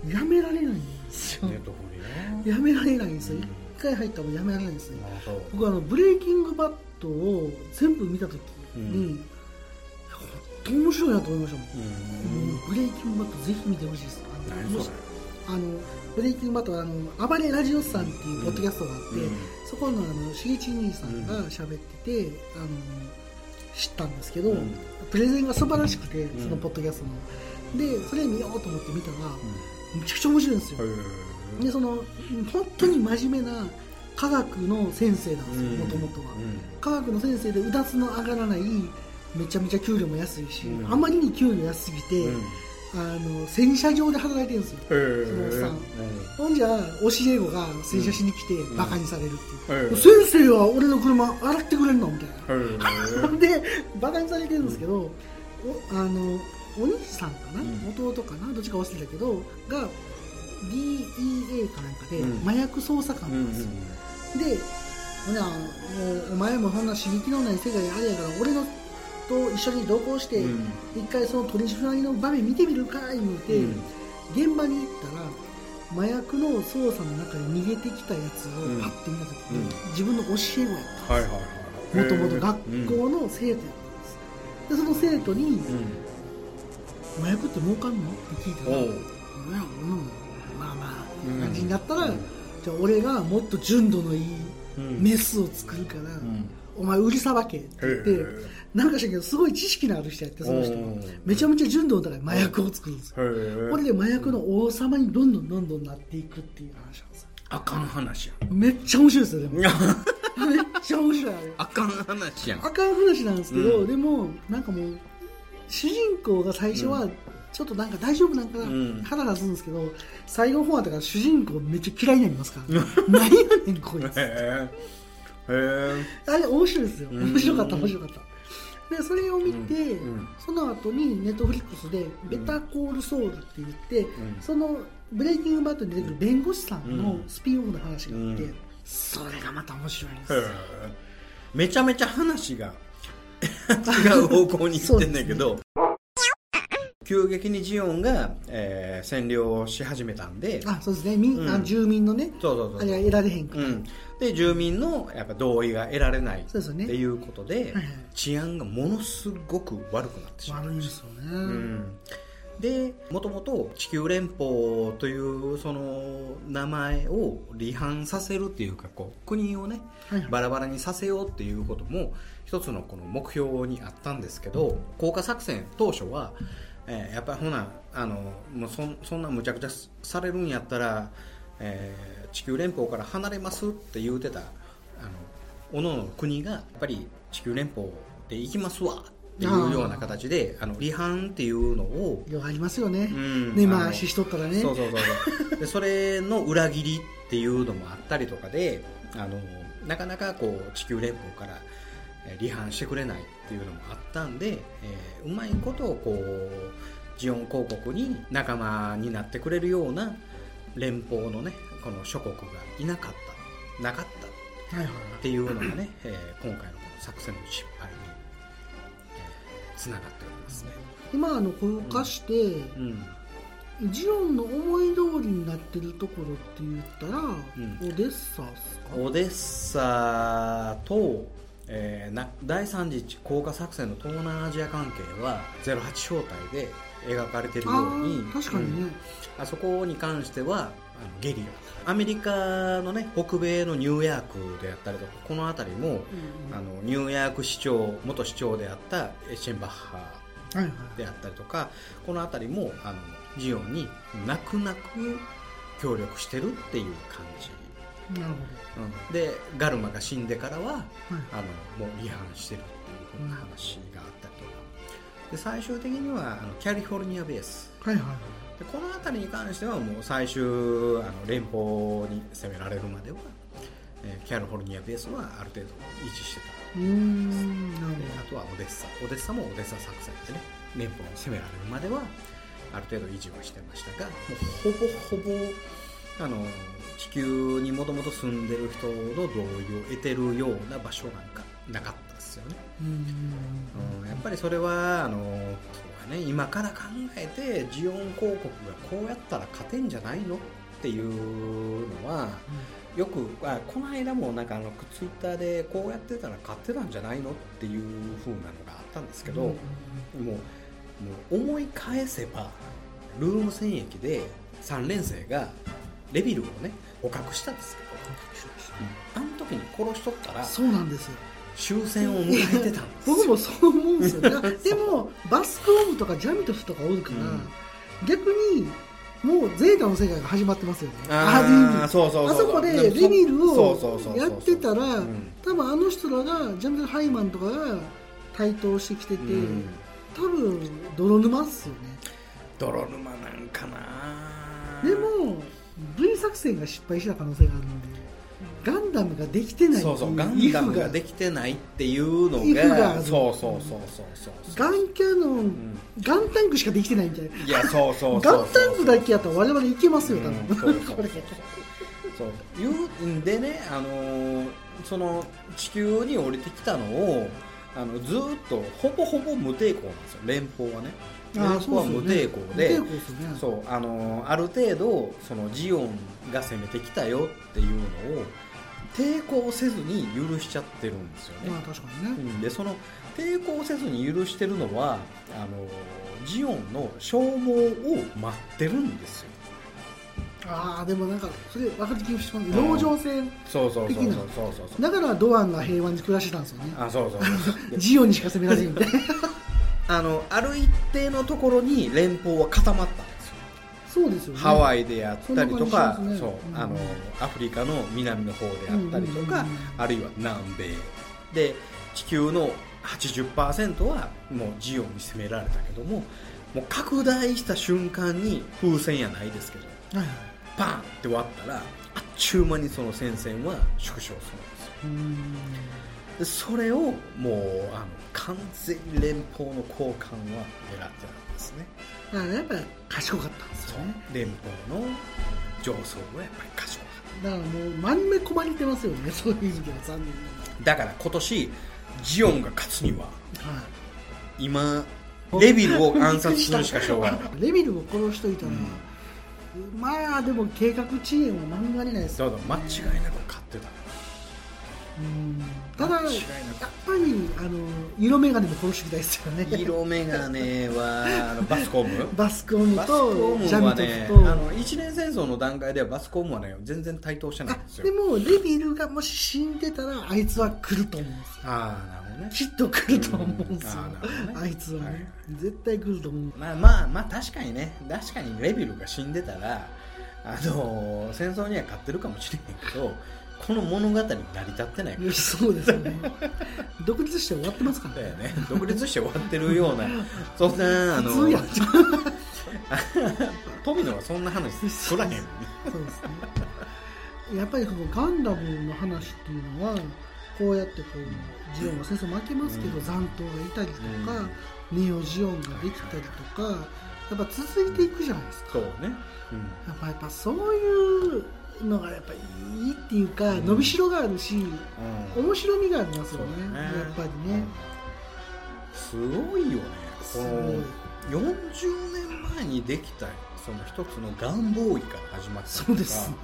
B: うん
A: やめられないんですよ
B: ネットフリね
A: やめられないんですよ
B: うん
A: 一回入ったらもうやめられないんですね
B: あそう
A: 僕あのブレイキングバットを全部見た時
B: うん
A: に、本当面白いなと思いましたもん、
B: うん
A: もうブレイキングバットぜひ見てほしいですあの
B: 何それ
A: あのブレイキングバットはあの暴れラジオスさんっていうポッドキャストがあって、
B: うん
A: そこのあのしげち兄さんが喋ってて、あの知ったんですけど、
B: うん
A: プレゼンが素晴らしくて、
B: ん
A: そのポッドキャストのでそれ見ようと思って見たら、めちゃくちゃ面白いんですよ、
B: へ
A: でその本当に真面目な科学の先生なんですよ
B: え
A: もともとは、
B: うん
A: 科学の先生でうだつの上がらないめちゃめちゃ給料も安いし、
B: うん
A: あまりに給料安すぎて、
B: うん
A: あの洗車場で働いてるんですよ
B: へえ
A: そのさ
B: うん
A: ほんじゃ教え子が洗車しに来てバカにされるっていう、
B: うん
A: 先生は俺の車洗ってくれんのみたいな
B: へえ
A: ほんでバカにされてるんですけど、おあのお兄さんかな、弟かなどっちか忘れたけどが DEA かなんかで
B: うん
A: 麻薬捜査官
B: う
A: なんんですよ、でほなおお前もそんな刺激のない世界あれやから俺のと一緒に同行して、
B: うん
A: 一回その取り締まりの場面見てみるかい言うて、
B: うん
A: 現場に行ったら麻薬の捜査の中で逃げてきたやつを
B: うん
A: パッて見た時に、
B: うん
A: 自分の教え子やった
B: はいはい
A: も
B: はい
A: ともと
B: へえ
A: 学校の生徒やったんです、でその生徒に
B: うんうん
A: 「麻薬って儲かんの?」って聞いたら「
B: お
A: う
B: うん
A: まあまあ」
B: うん
A: 感じになったら、
B: うん
A: じゃあ俺がもっと純度のいい
B: うん
A: メスを作るから、
B: ん
A: お前売りさばけって言って、
B: へえ
A: なんかしたけどすごい知識のある人やってその人
B: おう
A: めちゃめちゃ純度の高い麻薬を作るんですよ、
B: へえ
A: これで麻薬の王様にどんどんどんどんなっていくっていう話なんですよ
B: あかん話や
A: めっちゃ面白いですよでもめっちゃ面白いあれ
B: あかん話やん
A: 赤い話なんですけど、でもなんかもう主人公が最初はちょっとなんか大丈夫なんか
B: ん
A: なハラハラするんですけど、最後の方はだから主人公めっちゃ嫌いになりますから何やねんこい つ
B: へえへ
A: あれ面白いですよ
B: ん
A: 面白かった面白かったでそれを見て、
B: んうん
A: その後にネットフリックスで「ベタコールソウル」って言って、
B: ん
A: そのブレイキングバットに出てくる弁護士さん
B: う
A: の
B: ん
A: スピンオフの話があって、
B: うん
A: それがまた面白いんです
B: え
A: よ
B: めちゃ めちゃ話が違う方向に行ってんだけど急激にジオンが、えー占領し始めたんで
A: あそうですね民、
B: うん
A: あ住民のね
B: そうそうそう
A: あれが得られへんか
B: うん、で住民のやっぱ同意が得られないって
A: そうですよね
B: いうことで
A: はい
B: 治安がものすごく悪くなってしまう
A: 悪いんですよね、
B: うんでもともと地球連邦というその名前を離反させるっていうかこう国をね
A: はいはい
B: バラバラにさせようっていうことも一つのこの目標にあったんですけど降下作戦当初は、えーやっぱりほなあのもうそんそんなむちゃくちゃされるんやったら、えー地球連邦から離れますって言うてたあの各々の国がやっぱり地球連邦で行きますわっていうような形であの離反っていうのを
A: よくありますよね、
B: ん
A: ね
B: あ
A: まあ
B: の
A: ししとったらね
B: そうそうそうそうでそれの裏切りっていうのもあったりとかであのなかなかこう地球連邦からえー離反してくれないっていうのもあったんで、えーうまいことをこうジオン公国に仲間になってくれるような連邦のねこの諸国がいなかったなかった
A: はいはい
B: っていうのがね、えー今回のこの作戦の失敗につながっておりますね。
A: でまああの降下して、
B: うん
A: ジオンの思い通りになってるところって言ったら、
B: ん
A: オデッサっすか
B: オデッサと、えーな第三次降下作戦の東南アジア関係は08招待で描かれてるように
A: あー確かにね、
B: うんあそこに関してはあのゲリラアメリカのね北米のニューヨークであったりとかこの辺りも、あのニューヨーク市長元市長であったエッシェンバッハ
A: はいはい
B: であったりとかこの辺りもあのジオンに泣く泣く協力してるっていう感じ
A: なる
B: うんでガルマが死んでからは
A: ほど、はい
B: あのもう違反してるっていうふうな話があったりとかで最終的にはあのキャリフォルニアベース
A: はいはいはい
B: でこの辺りに関してはもう最終あの連邦に攻められるまでは、えーキャリフォルニアベースはある程度維持してた
A: うーんなる
B: であとはオデッサオデッサもオデッサ作戦でね連邦に攻められるまではある程度維持はしてましたがもうほぼほぼあの地球にもともと住んでる人の同意を得てるような場所がなんかなかったですよね、
A: ほどうん
B: うん、やっぱりそれはあのそうだね今から考えてジオン公国がこうやったら勝てんじゃないのっていうのはよくあこの間もなんかあのツイッターでこうやってたら買ってたんじゃないのっていう風なのがあったんですけど、もうもう思い返せばルーム戦役で3連生がレビルをね捕獲したんですけど、あの時に殺しとったら
A: そうなんですよ
B: 終戦を迎えてたんですよ
A: 僕もそう思うんです よねでもバスクオブとかジャミトスとかおるから、
B: うん
A: 逆にもうゼータの世界が始まってますよね
B: あー
A: ある意味
B: そうそうそう
A: あそこで
B: も
A: レビル
B: そうそうそ
A: を
B: うそう
A: やってたら
B: うん
A: 多分あの人らがジャミトス・ハイマンとかが台頭してきてて、
B: うん
A: 多分泥沼っすよね
B: 泥沼なんかな
A: でも V 作戦が失敗した可能性があるのでガンダムができてないってい
B: そうそうガンダムがで
A: イフ
B: きてないっていうの
A: イフがあ
B: が
A: る
B: そうそうそうそうそうそう
A: ガンキャノン、
B: ん
A: ガンタンクしかできてないんじゃない
B: いやそうそうそうそう
A: ガンタンクだけやったら我々いけますよ多
B: うんそう
A: 分、
B: そうそ う
A: これ
B: そう言うんでね、あのーその地球に降りてきたのをあのずーっとほぼほぼ無抵抗なんですよ連邦はね連
A: ああ
B: 邦は無抵抗で
A: 無抵抗ですね
B: そうあのーある程度そのジオンが攻めてきたよっていうのを抵抗せずに許しちゃってるんですよね、
A: まあ確かにね、
B: うんでその抵抗せずに許してるのはあのージオンの消耗を待ってるんですよ
A: ああでもなんかそれ分かる気がします籠城戦
B: そうそうそうそうそうそう
A: だからドアンが平和に暮らしてたんですよね
B: あそうそうそうで
A: ジオにしか攻められないんで
B: あのある一定のところに連邦は固まったんですよ、
A: そうですよね
B: ハワイでやったり
A: そ
B: とか
A: んな感じしますね
B: そう
A: うん
B: あのアフリカの南の方であったりとか、
A: うんうんうん
B: あるいは南米で地球の80%はもうジオンに攻められたけどももう拡大した瞬間に風船やないですけど
A: はいはい
B: パーンって割ったらあっちゅう間にその戦線は縮小するんですよ
A: うん
B: でそれをもうあの完全に連邦の交換は狙ってたんですね
A: だからやっぱ賢かったんです
B: そう
A: よね
B: 連邦の上層部はやっぱり賢かっ
A: だからもう丸め込まれてますよねそういう意味では残念な
B: ただから今年ジオンが勝つには
A: がらはい
B: 今レビルを暗殺するしかしょうがない。
A: レビルを殺しといたら、まあでも計画遅延は免れないです
B: だから間違いなく勝ってた。
A: うんただやっ
B: 間違い
A: ぱりあの色眼鏡も殺してみたいですよね
B: 色眼鏡はあのバスコーム
A: バスコーム
B: バスコ
A: と
B: ー
A: ジャ
B: ム
A: ミ
B: は
A: ト
B: ね
A: フ
B: あ
A: と、
B: の一年戦争の段階ではバスコームはね全然対等してないんです
A: あで
B: よ
A: もレビルがもし死んでたらあいつは来ると思うんですよ
B: ああなるほどね
A: きっと来ると思うんですよ、
B: うんあーなるほどね
A: あいつはね、
B: はいはい
A: 絶対来ると思う
B: まあまあまあ確かにね確かにレビルが死んでたらあのー戦争には勝ってるかもしれへんけどこの物語成り立ってないか
A: いやそうですよね独立して終わってますからら
B: だよ
A: ね
B: ね独立して終わって るようなそんなあの
A: 普通やん
B: 富野はそんな話そらへん
A: そうですねやっぱりこのガンダムの話っていうのはこうやってこうジオンは戦争負けますけど、残党がいたりとか、ネオジオンができたりとかやっぱ続いていくじゃないですか
B: そうね、うん
A: やっぱやっぱそういうのがやっぱいいっていうか、伸びしろがあるし
B: うん
A: 面白みがあります
B: そ
A: よ
B: う
A: ね
B: だ
A: やっぱり
B: う
A: ね
B: ん、すごいよねこ
A: すごい
B: の40年前にできたその一つのガンボーイから始まったとか
A: そうですね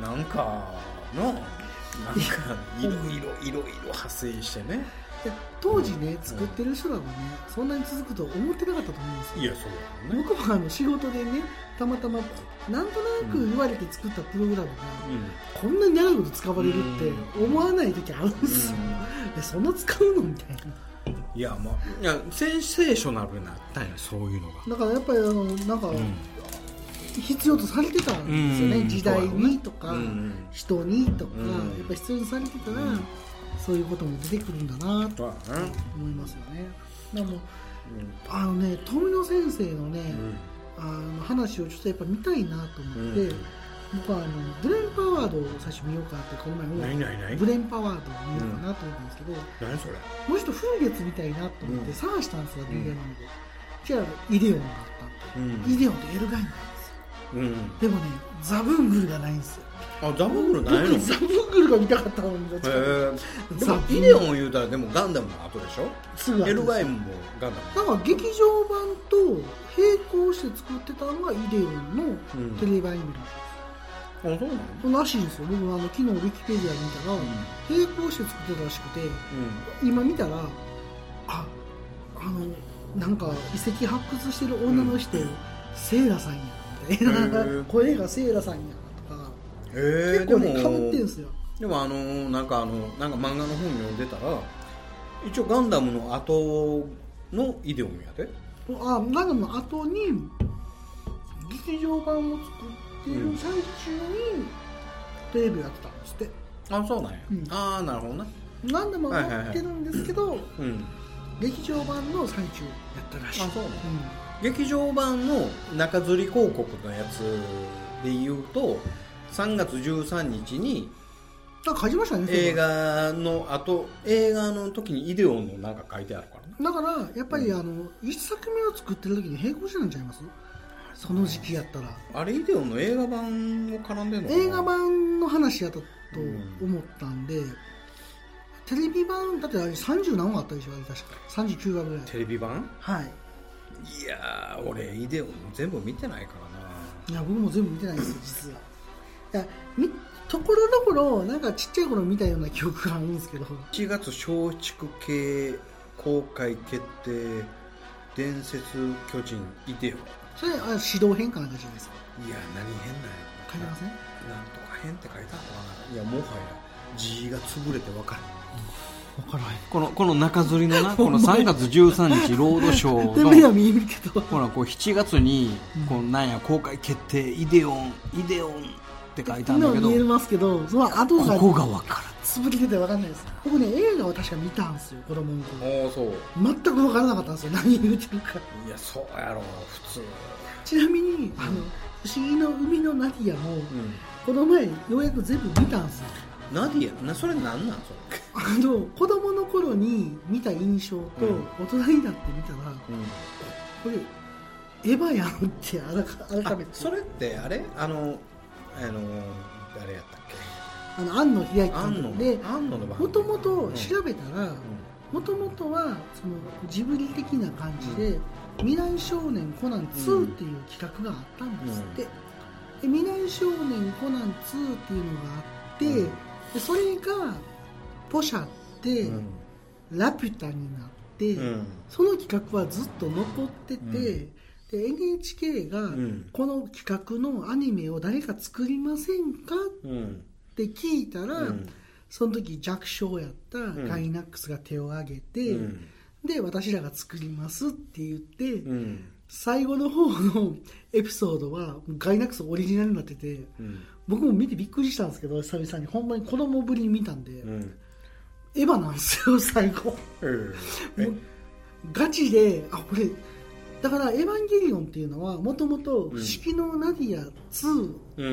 B: なんかのなんかいろいろいろいろ派生してね
A: いや当時ね作ってる人らもねそんなに続くと思ってなかったと思うんですよ
B: いやそうだよね
A: 僕もあの仕事でねたまたまなんとなく言われて作ったプログラムが、こんなに長いこと使われるって思わない時あるんですよ、えそんな使うのみたいない
B: やまあいやセンセーショナルになったんやそういうのが
A: だからやっぱりあのなんか、
B: ん
A: 必要とされてたんですよね、
B: うん
A: 時代にとか、
B: うんうん
A: 人にとか、
B: うん
A: やっぱ必要にされてたら、
B: うん
A: そういうことも出てくるんだなと
B: そうだね
A: 思いますよねだからもうあのね富野先生のね、あの話をちょっとやっぱ見たいなと思って、
B: うん
A: 僕はあのブレンパワードを最初見ようかなってこの前思っ
B: ない
A: て
B: ないない
A: ブレンパワードを見ようかなと思ったんですけど、
B: 何それ
A: もうちょっと風月みたいなと思っ
B: う
A: て
B: ん
A: 探したんですよ、
B: ん
A: ビデオなんで。じゃあ、イデオンがあった
B: うん
A: んで。イデオンとエルガインなんですよ。
B: うん
A: でもね、ザブングルがないんですよ。
B: あザブングルないの
A: 僕 ザブングルが見たかったのに、どっちかって
B: へえで
A: ザ
B: も
A: ブン
B: イデオン言うたらでもガンダムの後でしょ
A: すぐ
B: エルガイ
A: ン。
B: ンもガンダム
A: だから劇場版と並行して作ってたのがイデオンの
B: うん
A: テレビアニメなんで
B: あそうなの
A: すよ。らしいんですよ。僕もあの昨日ウィキペディアで見たら、並行して作ってたらしくて、今見たらああのなんか遺跡発掘してる女の人、セイラさんやみたいな、
B: ー
A: 声がセイラさんやとか、
B: へえ
A: 結構ね
B: で
A: かぶって
B: も
A: るんですよ
B: でもあのーなんかあのなんか漫画の本読んでたら一応ガンダムの後のイデオンやで
A: あなんかの後に劇場版を作っている最中に、テレビやってたんですって
B: あそうなんや、
A: うん
B: ああなるほどな
A: 何でも上がってるんですけど、
B: うん
A: 劇場版の最中やったらしい
B: あそうなの
A: うん
B: 劇場版の中吊り広告のやつで言うと3月13日に
A: なんか書きましたねそれは
B: 映画の後映画の時にイデオンのなんか書いてあるからね
A: だからやっぱり、
B: うん
A: あの一作目を作ってる時に並行してなんちゃいますその時期やったら
B: あれイデオンの映画版も絡んでんのかな
A: 映画版の話やったと思ったんで、テレビ版だってあれ30何話あったでしょあれ確か39話ぐらい
B: テレビ版
A: はい
B: いやー俺イデオン全部見てないからない
A: や僕も全部見てないんですよ実はいやみところどころなんかちっちゃい頃見たような記憶があるんですけど
B: 1月松竹系公開決定伝説巨人イデオン
A: それあ指導変化なんかじゃないですか
B: いや何変なんや
A: 書いてません
B: ななんとか変って書いてあるかないやもはや字が潰れて分か
A: 分からへん
G: このこの中吊りの なこの3月13日ロードショ
A: で
G: ー
A: 目
G: の
A: は見えるけど
G: ほらこう7月にこうなんや公開決定イデオンイデオンって書いたん
A: 目
G: だ
A: は
G: けど
A: 見えますけどその後が
G: ここがわからん
A: 潰れてて分かんないです僕ね映画は確か見たんですよ子供の
B: ら
A: 頃
B: んああそう
A: 全く分からなかったんですよ何言うてるか
B: いやそうやろ普通
A: ちなみに「あの不思議の海のナディア」も
B: うん
A: この前ようやく全部見たんですよ
B: ナディアなそれなんなんそれ
A: あの子供の頃に見た印象と
B: うん
A: 大人になって見たら、これエヴァやんって改
B: あ
A: 改めて
B: それってあれあのあの誰やったっけ
A: あの庵野秀明
B: 安
A: 監
B: 野
A: 督で
B: 安野の番
A: もともと
B: うん
A: 調べたら、もともとはそのジブリ的な感じで「未来少年コナン2」っていう企画があったんですって、で未来少年コナン2っていうのがあって、
B: うん
A: でそれがポシャって
B: うん
A: ラピュタになって、
B: うん
A: その企画はずっと残ってて、で NHK が
B: ん
A: この企画のアニメを誰か作りませんか
B: うん
A: って聞いたら、
B: うん
A: その時弱小やった
B: ん
A: ガイナックスが手を挙げて、
B: うん
A: で私らが作りますって言って、
B: うん
A: 最後の方の エピソードはガイナックスオリジナルになってて、
B: うん
A: 僕も見てびっくりしたんですけど久々にほんまに子供ぶりに見たんで、
B: うん
A: エヴァなんですよ最後もうガチであこれだから「エヴァンゲリオン」っていうのはもともと「不思議のナディア2」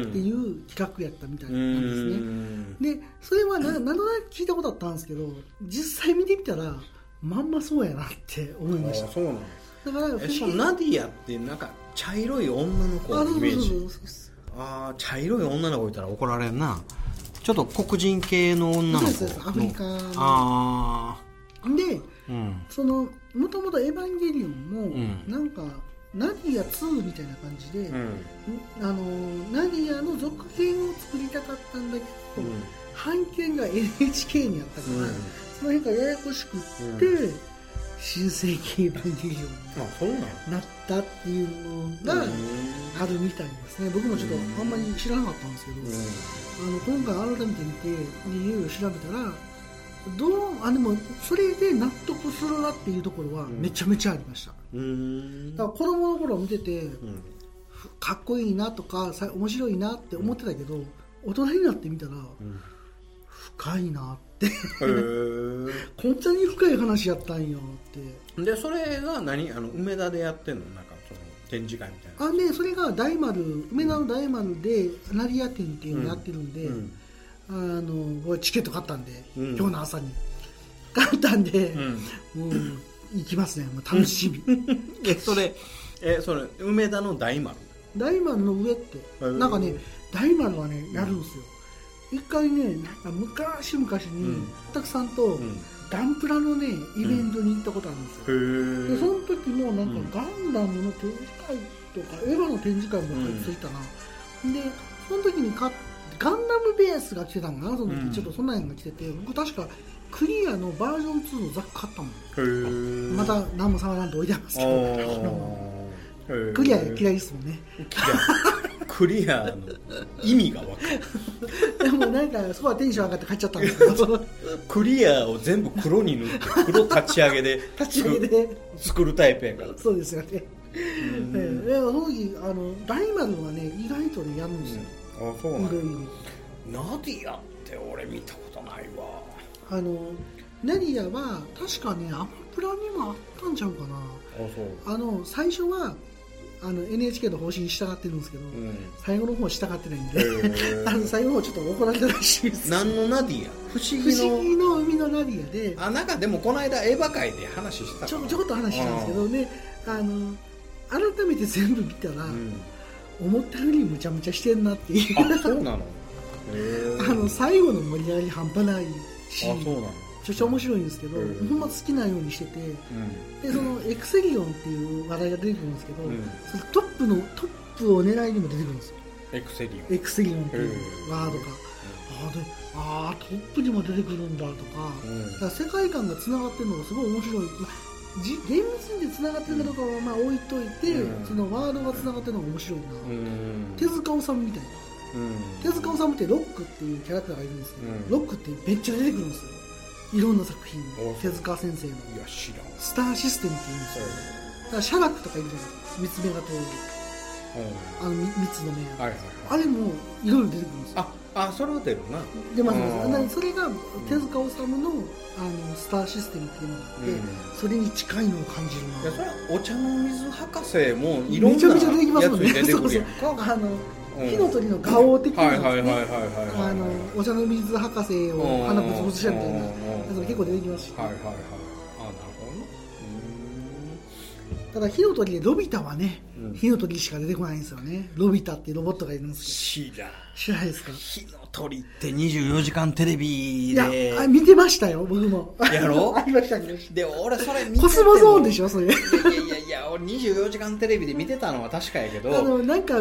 A: っていう企画やったみたいなんですね、でそれはななんとなく聞いたことあったんですけど実際見てみたらまんまそうやなって思いました
B: そうなの
A: だから
B: えそのナディアってなんか茶色い女の子
A: あ
B: の
A: そ
B: イ
A: うそ
B: メ
A: う
B: ー
A: そう
B: ジ
A: そう
B: ああ茶色い女の子いたら怒られんな
G: ちょっと黒人系の女の子
A: そうですアフリカの
G: あ
A: で
G: あうん
A: そのもともと「エヴァンゲリオンも」
G: ん
A: なんかナディア2みたいな感じで、
B: うん
A: あのナディアの続編を作りたかったんだけど、
B: うん
A: 版権が NHK にあったから、
B: うん
A: その辺がややこしくって、新世紀エヴァンゲリオンに
B: あそうなの
A: なったっていうのがあるみたいですね僕もちょっとあんまり知らなかったんですけど、あの今回改めて見て理由を調べたらどうあでもそれで納得するなっていうところはめちゃめちゃありました、
B: うん
A: だから子供の頃見てて
B: ん
A: かっこいいなとかさ面白いなって思ってたけど、大人になってみたら、深いなって
B: へ
A: こんなに深い話やったんよって
B: えでそれが何あの梅田でやってんのなんかその展示会みたいな
A: あでそれが大丸梅田の大丸でナリア店っていうのやってるんで、
B: うん
A: あの僕はチケット買ったんで、
B: うん
A: 今日の朝に買ったんで、
B: うん
A: もう行きますねもう楽しみ
B: えそれえそれ梅田の大丸
A: 大丸の上って
B: うん
A: なんかね大丸はねやるんですよ、一回ねなんか昔々
B: う
A: に
B: ん
A: たくさんと
B: うん
A: ガンプラのねイベントに行ったことあるんですよ、でそ
B: へ
A: の時もなんかガンダムの展示会とかエヴァの展示会も入っていたな、でその時にかガンダムベースが来てたんかなその
B: うん
A: 時ちょっとそんなんが来てて僕確かクリアのバージョン2のザック買ったもん
B: えへえ
A: また何も触らんと置いてありますけ
B: あ
A: ど
B: ー
A: クリアが嫌いですもんね
B: クリアの意味が分か
A: で
B: る
A: もなんかそこはテンション上がって帰っちゃったん ですけど
B: クリアを全部黒に塗って黒立ち上げで
A: 立ち上げで
B: 作るタイプ やから
A: そうですよねええでもその時あの大丸はね意外とねやるんですよ、
B: あそうなん
A: いろい
B: や
A: ろ
B: ナディアって俺見たことないわ
A: あのナリアは確かねアマプラにもあったんちゃうかな
B: あそう
A: あの最初はあの NHK の方針に従ってるんですけど、
B: うん
A: 最後の方は従ってないんで、
B: へ
A: あの最後の方ちょっと怒られたらしいです
B: 何のナディア不思
A: 不
B: 議
A: 思
B: の
A: 議の海のナリアで
B: あなんかでもこの間エヴァ界で話したかな
A: ちょちょこっと話したんですけどねあの改めて全部見たら、
B: うん
A: 思ったよりむちゃむちゃしてんなっていう
B: あそう なのへえ
A: あの最後の盛り上がり半端ないし
B: あそうなの
A: ちょちょ面白いんですけど、
B: へえ
A: ほんま好きなようにしててでそのエクセリオンっていう話題が出てくるんですけど、
B: うん
A: そのトップのトップを狙いにも出てくるんですよ
B: うんエクセリオン
A: エクセリオンっていうワードが、あーであートップにも出てくるんだとか,、
B: うん
A: だから世界観がつながってるのがすごい面白い、まあじ厳密につながってるかどうかはまあ置いといて、
B: うん
A: そのワードがつながってるのが面白いな、
B: うん
A: 手塚治虫みたいな
B: うん
A: 手塚治虫ってロックっていうキャラクターがいるんですけど、
B: うん
A: ロックってめっちゃ出てくるんですよいろんな作品に
B: お
A: 手塚先生の
B: いや知らん
A: スターシステムっていうんですよだからシャラクとかいるじゃないですか三つ目が通る
B: うん
A: あのみ三つの目が、
B: はいはい
A: あれもいろいろ出てくるんですよ
B: ああそれは出るな
A: 出ます出ます
B: あー
A: だからそれが手塚治虫のあのスターシステムっていうのがあって、
B: うん
A: それに近いのを感じる
B: いや
A: な
B: それはお茶の水博士もいろ
A: め
B: んな
A: ちゃめちゃ出てきますもんね
B: やつに出てくるやん
A: そうそうあの、
B: うん
A: 火の鳥のガオ的な
B: はい
A: やつ
B: はいはいはい
A: ね
B: はいはい
A: あのお茶の水博士を花ぶつぶつしたみたいな
B: うん
A: やつも結構出てきますし、
B: はいはいはいあなるほどね
A: ただ火の鳥でロビタはね、火の鳥しか出てこないんですよねロビタっていうロボットがいるんです
B: 知らん
A: けど知らないですか
B: 火の鳥って24時間テレビ
A: いや
B: で
A: あ見てましたよ僕も
B: やろ
A: ありましたありまし
B: で俺それ見
A: た
B: てて
A: コスモゾーンでしょそれ
B: いやいやいや俺24時間テレビで見てたのは確かやけ
A: あの
B: ど
A: なんか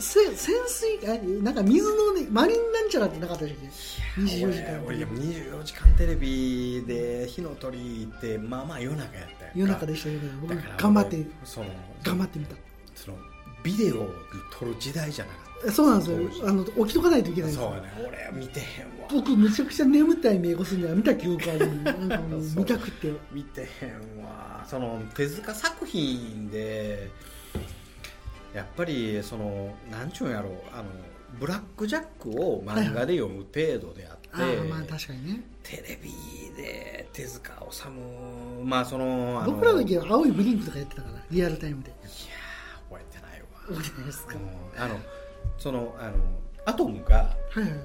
A: せ潜水あなんか水のねマリンなんちゃらってなかったでしょ24時間
B: 俺俺24時間テレビで火の鳥ってまあまあ夜中やったやんか
A: 夜中でしたけど僕
B: だから俺
A: 頑張って
B: そう
A: 頑張ってみた
B: そのビデオに撮る時代じゃなかっ
A: そうなんですよあの起きとかないといけな
B: た
A: いんです
B: そう
A: よ
B: やね俺は見てへんわ
A: 僕むちゃくちゃ眠たい目をするのは見た記憶あるのになんかもう
B: そう
A: 見たくて
B: 見てへんわその手塚作品でやっぱりそのなんちゅうんやろあのブラック・ジャックを漫画で読む程度であって、
A: ああまあ確かにね
B: テレビで手塚治虫まあそのあの
A: 僕らの時
B: 覚
A: は青いブリンクとかやってたからリアルタイムで
B: えてないわ
A: 覚えてないですか
B: うんあのそのあのアトムが
A: はいはいはい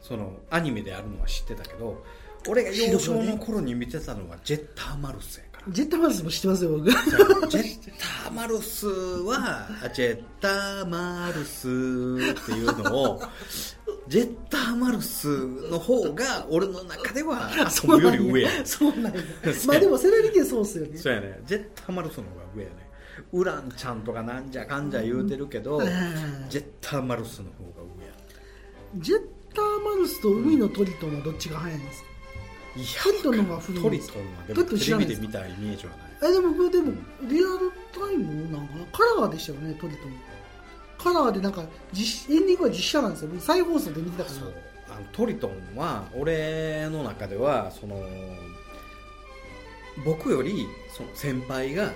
B: そのアニメであるのは知ってたけど俺が幼少の頃に見てたのはジェッター・マルスやから
A: ジェットマウスも知ってますよ僕
B: ジェッターマルスは、ジェッターマルスっていうのを、ジェッターマルスの方が、俺の中では、あそこより上や。
A: そうなんや まあでも世代的にはそうっすよね
B: そうやね。ジェッターマルスの方が上やね。ウランちゃんとかなんじゃかんじゃ言うてるけど
A: はいはいはい、
B: ジェッターマルスの方が上や。
A: ジェッターマウスと海の鳥とのどっちが早いんですか
B: いや
A: トリトの方が古いん
B: トリ
A: です
B: ト
A: か
B: ンはで
A: ト
B: も
A: リトン
B: テ
A: 知
B: レ
A: らな
B: ビ
A: いで
B: です見たイメージはない。
A: えでも僕でもリアルタイムなんかなカラーでしたよねトリトンカラーでなんか実エンディングは実写なんですよ僕再放送で見てたか
B: そう
A: ら
B: あのトリトンは俺の中ではその僕よりその先輩が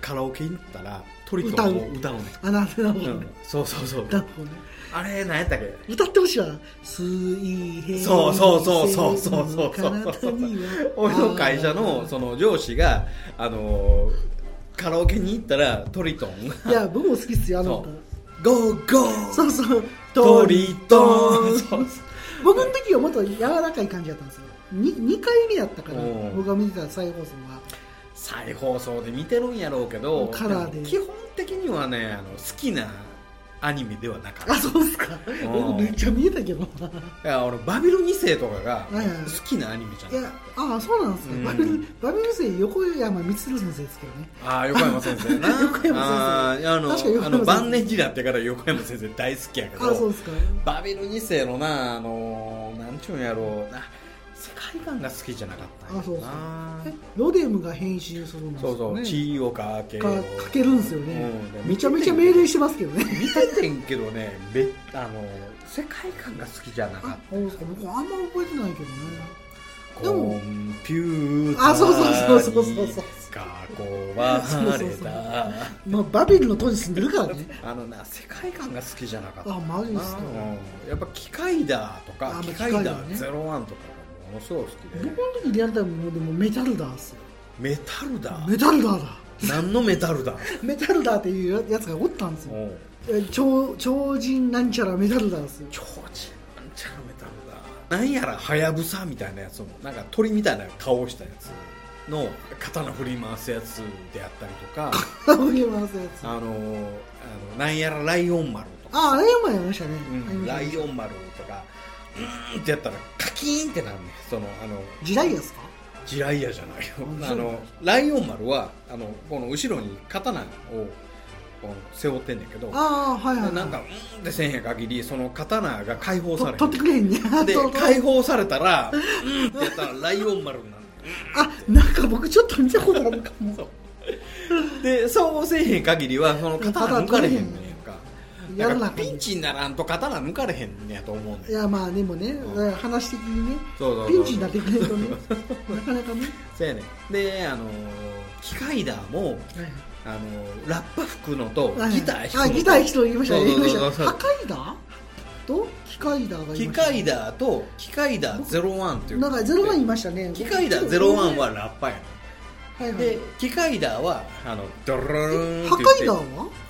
B: カラオケ行ったらトリトンを歌うね
A: あなるほ
B: ん、
A: ど
B: うん
A: ね、
B: そうそうそう
A: なるほどね
B: あれ何やったっけ
A: 歌ってほしいわ水平
B: そうそうそうそうそうそうそう
A: 線の体には
B: 俺の会社の
A: あー
B: その上司があのカラオケに行ったらトリトンが
A: いや僕も好きっすよあの歌
B: そうゴーゴー
A: そうそう
B: トリトン
A: ト
B: そ
A: ン
B: うそう
A: 僕の時はもっと柔らかい感じだったんですよ 2, 二回目やったから
B: うん
A: 僕が見てた再放送は
B: 再放送で見てるんやろうけど
A: カラーで
B: も基本的にはねあの好きなアニメではなかった
A: あそうっすか
B: うん
A: 僕めっちゃ見えたけどない
B: や俺バビル2世とかが
A: うん
B: 好きなアニメじゃ
A: い
B: な
A: や
B: い
A: ああそうなんですか、
B: うん
A: バビルバビル生横山光先生ですけどね
B: ああ横山先生な
A: 横山先生
B: あーあの
A: 確かに横山先生
B: あの晩年時だってから横山先生大好きやけ
A: ああそう
B: ど
A: ですか
B: バビル2世のなあのなんちゅうんやろうな世界観が好きじゃなかったんやろな
A: えロデムが変身するんですよ
B: そう
A: ね
B: そう地位をかけ
A: か
B: よう
A: かけるんですよね、
B: うん
A: めちゃめちゃ命令してますけど ね
B: 見ててんけどねべあの世界観が好きじゃなか
A: あ
B: っ
A: そうですか僕あんま覚えてないけどね
B: た
A: で
B: コ
A: も
B: ンピューター
A: あそうそうそうそうそうそう
B: に囲われた
A: まあバビルの塔に住んでるからね
B: あのな世界観が好きじゃなかった
A: あマジですか
B: うんやっぱ機械だと
A: あま
B: か
A: あ
B: 機械
A: 機械
B: だ
A: だね
B: ゼロワンとかがものすごく好きで
A: 僕の時リアルタイムもでもメタルダーっすよ
B: メタルだ
A: メタルダーだ
B: 何のメタルだ
A: メタルダーっていうやつがおったんですよ
B: うん
A: え超超人なんちゃらメタルダーっ すよ
B: 超人なんちゃらメタルだなんやらハヤブサみたいなやつもなんか鳥みたいな顔したやつの刀振り回すやつであったりと か
A: 振り回すやつあ
B: あのーあのなんやらライオン丸とか
A: あれもやりましたね、
B: うん
A: あ
B: ラ
A: れ
B: イオン丸とかうーんってやったらカキーンってなんねんそのあの
A: 時代ですか
B: 地雷やじゃないよ
A: あそ
B: あ
A: う
B: のライオン丸はあのこの後ろに刀をこの背負ってんねんけど
A: ああはいはい、はい、
B: なんかうーんってせんへん限りその刀が解放
A: と
B: されへん
A: 取ってくれへんね
B: で
A: そうそう
B: 解放されたら「うん」ってやったらライオン丸になる
A: あなんか僕ちょっと見たことあるか も
B: でそうせえへん限りはその刀抜かれへんねんか
A: や
B: だ
A: るな
B: からピンチにならんと刀抜かれへんねやと思うねん
A: いやまあでもね、
B: う
A: 話的にね
B: そうそうそう
A: ピンチになってくれると ねなかなかね、
B: そうやねんであの機械だもあのラッパ吹くのと
A: はいはい
B: ギター
A: あ
B: 弾くのと
A: ギター弾くと言いましたね
B: そ
A: 言いうま
B: そうそう
A: した
B: そう
A: 破壊だと機械だがい
B: 機
A: ました
B: 械だと機械だ01っていう
A: なんかゼロワンいましたね
B: 機械だ01はラッパやね
A: はいはい
B: んで機械だはあのドローン
A: 破
B: って言って
A: 壊だは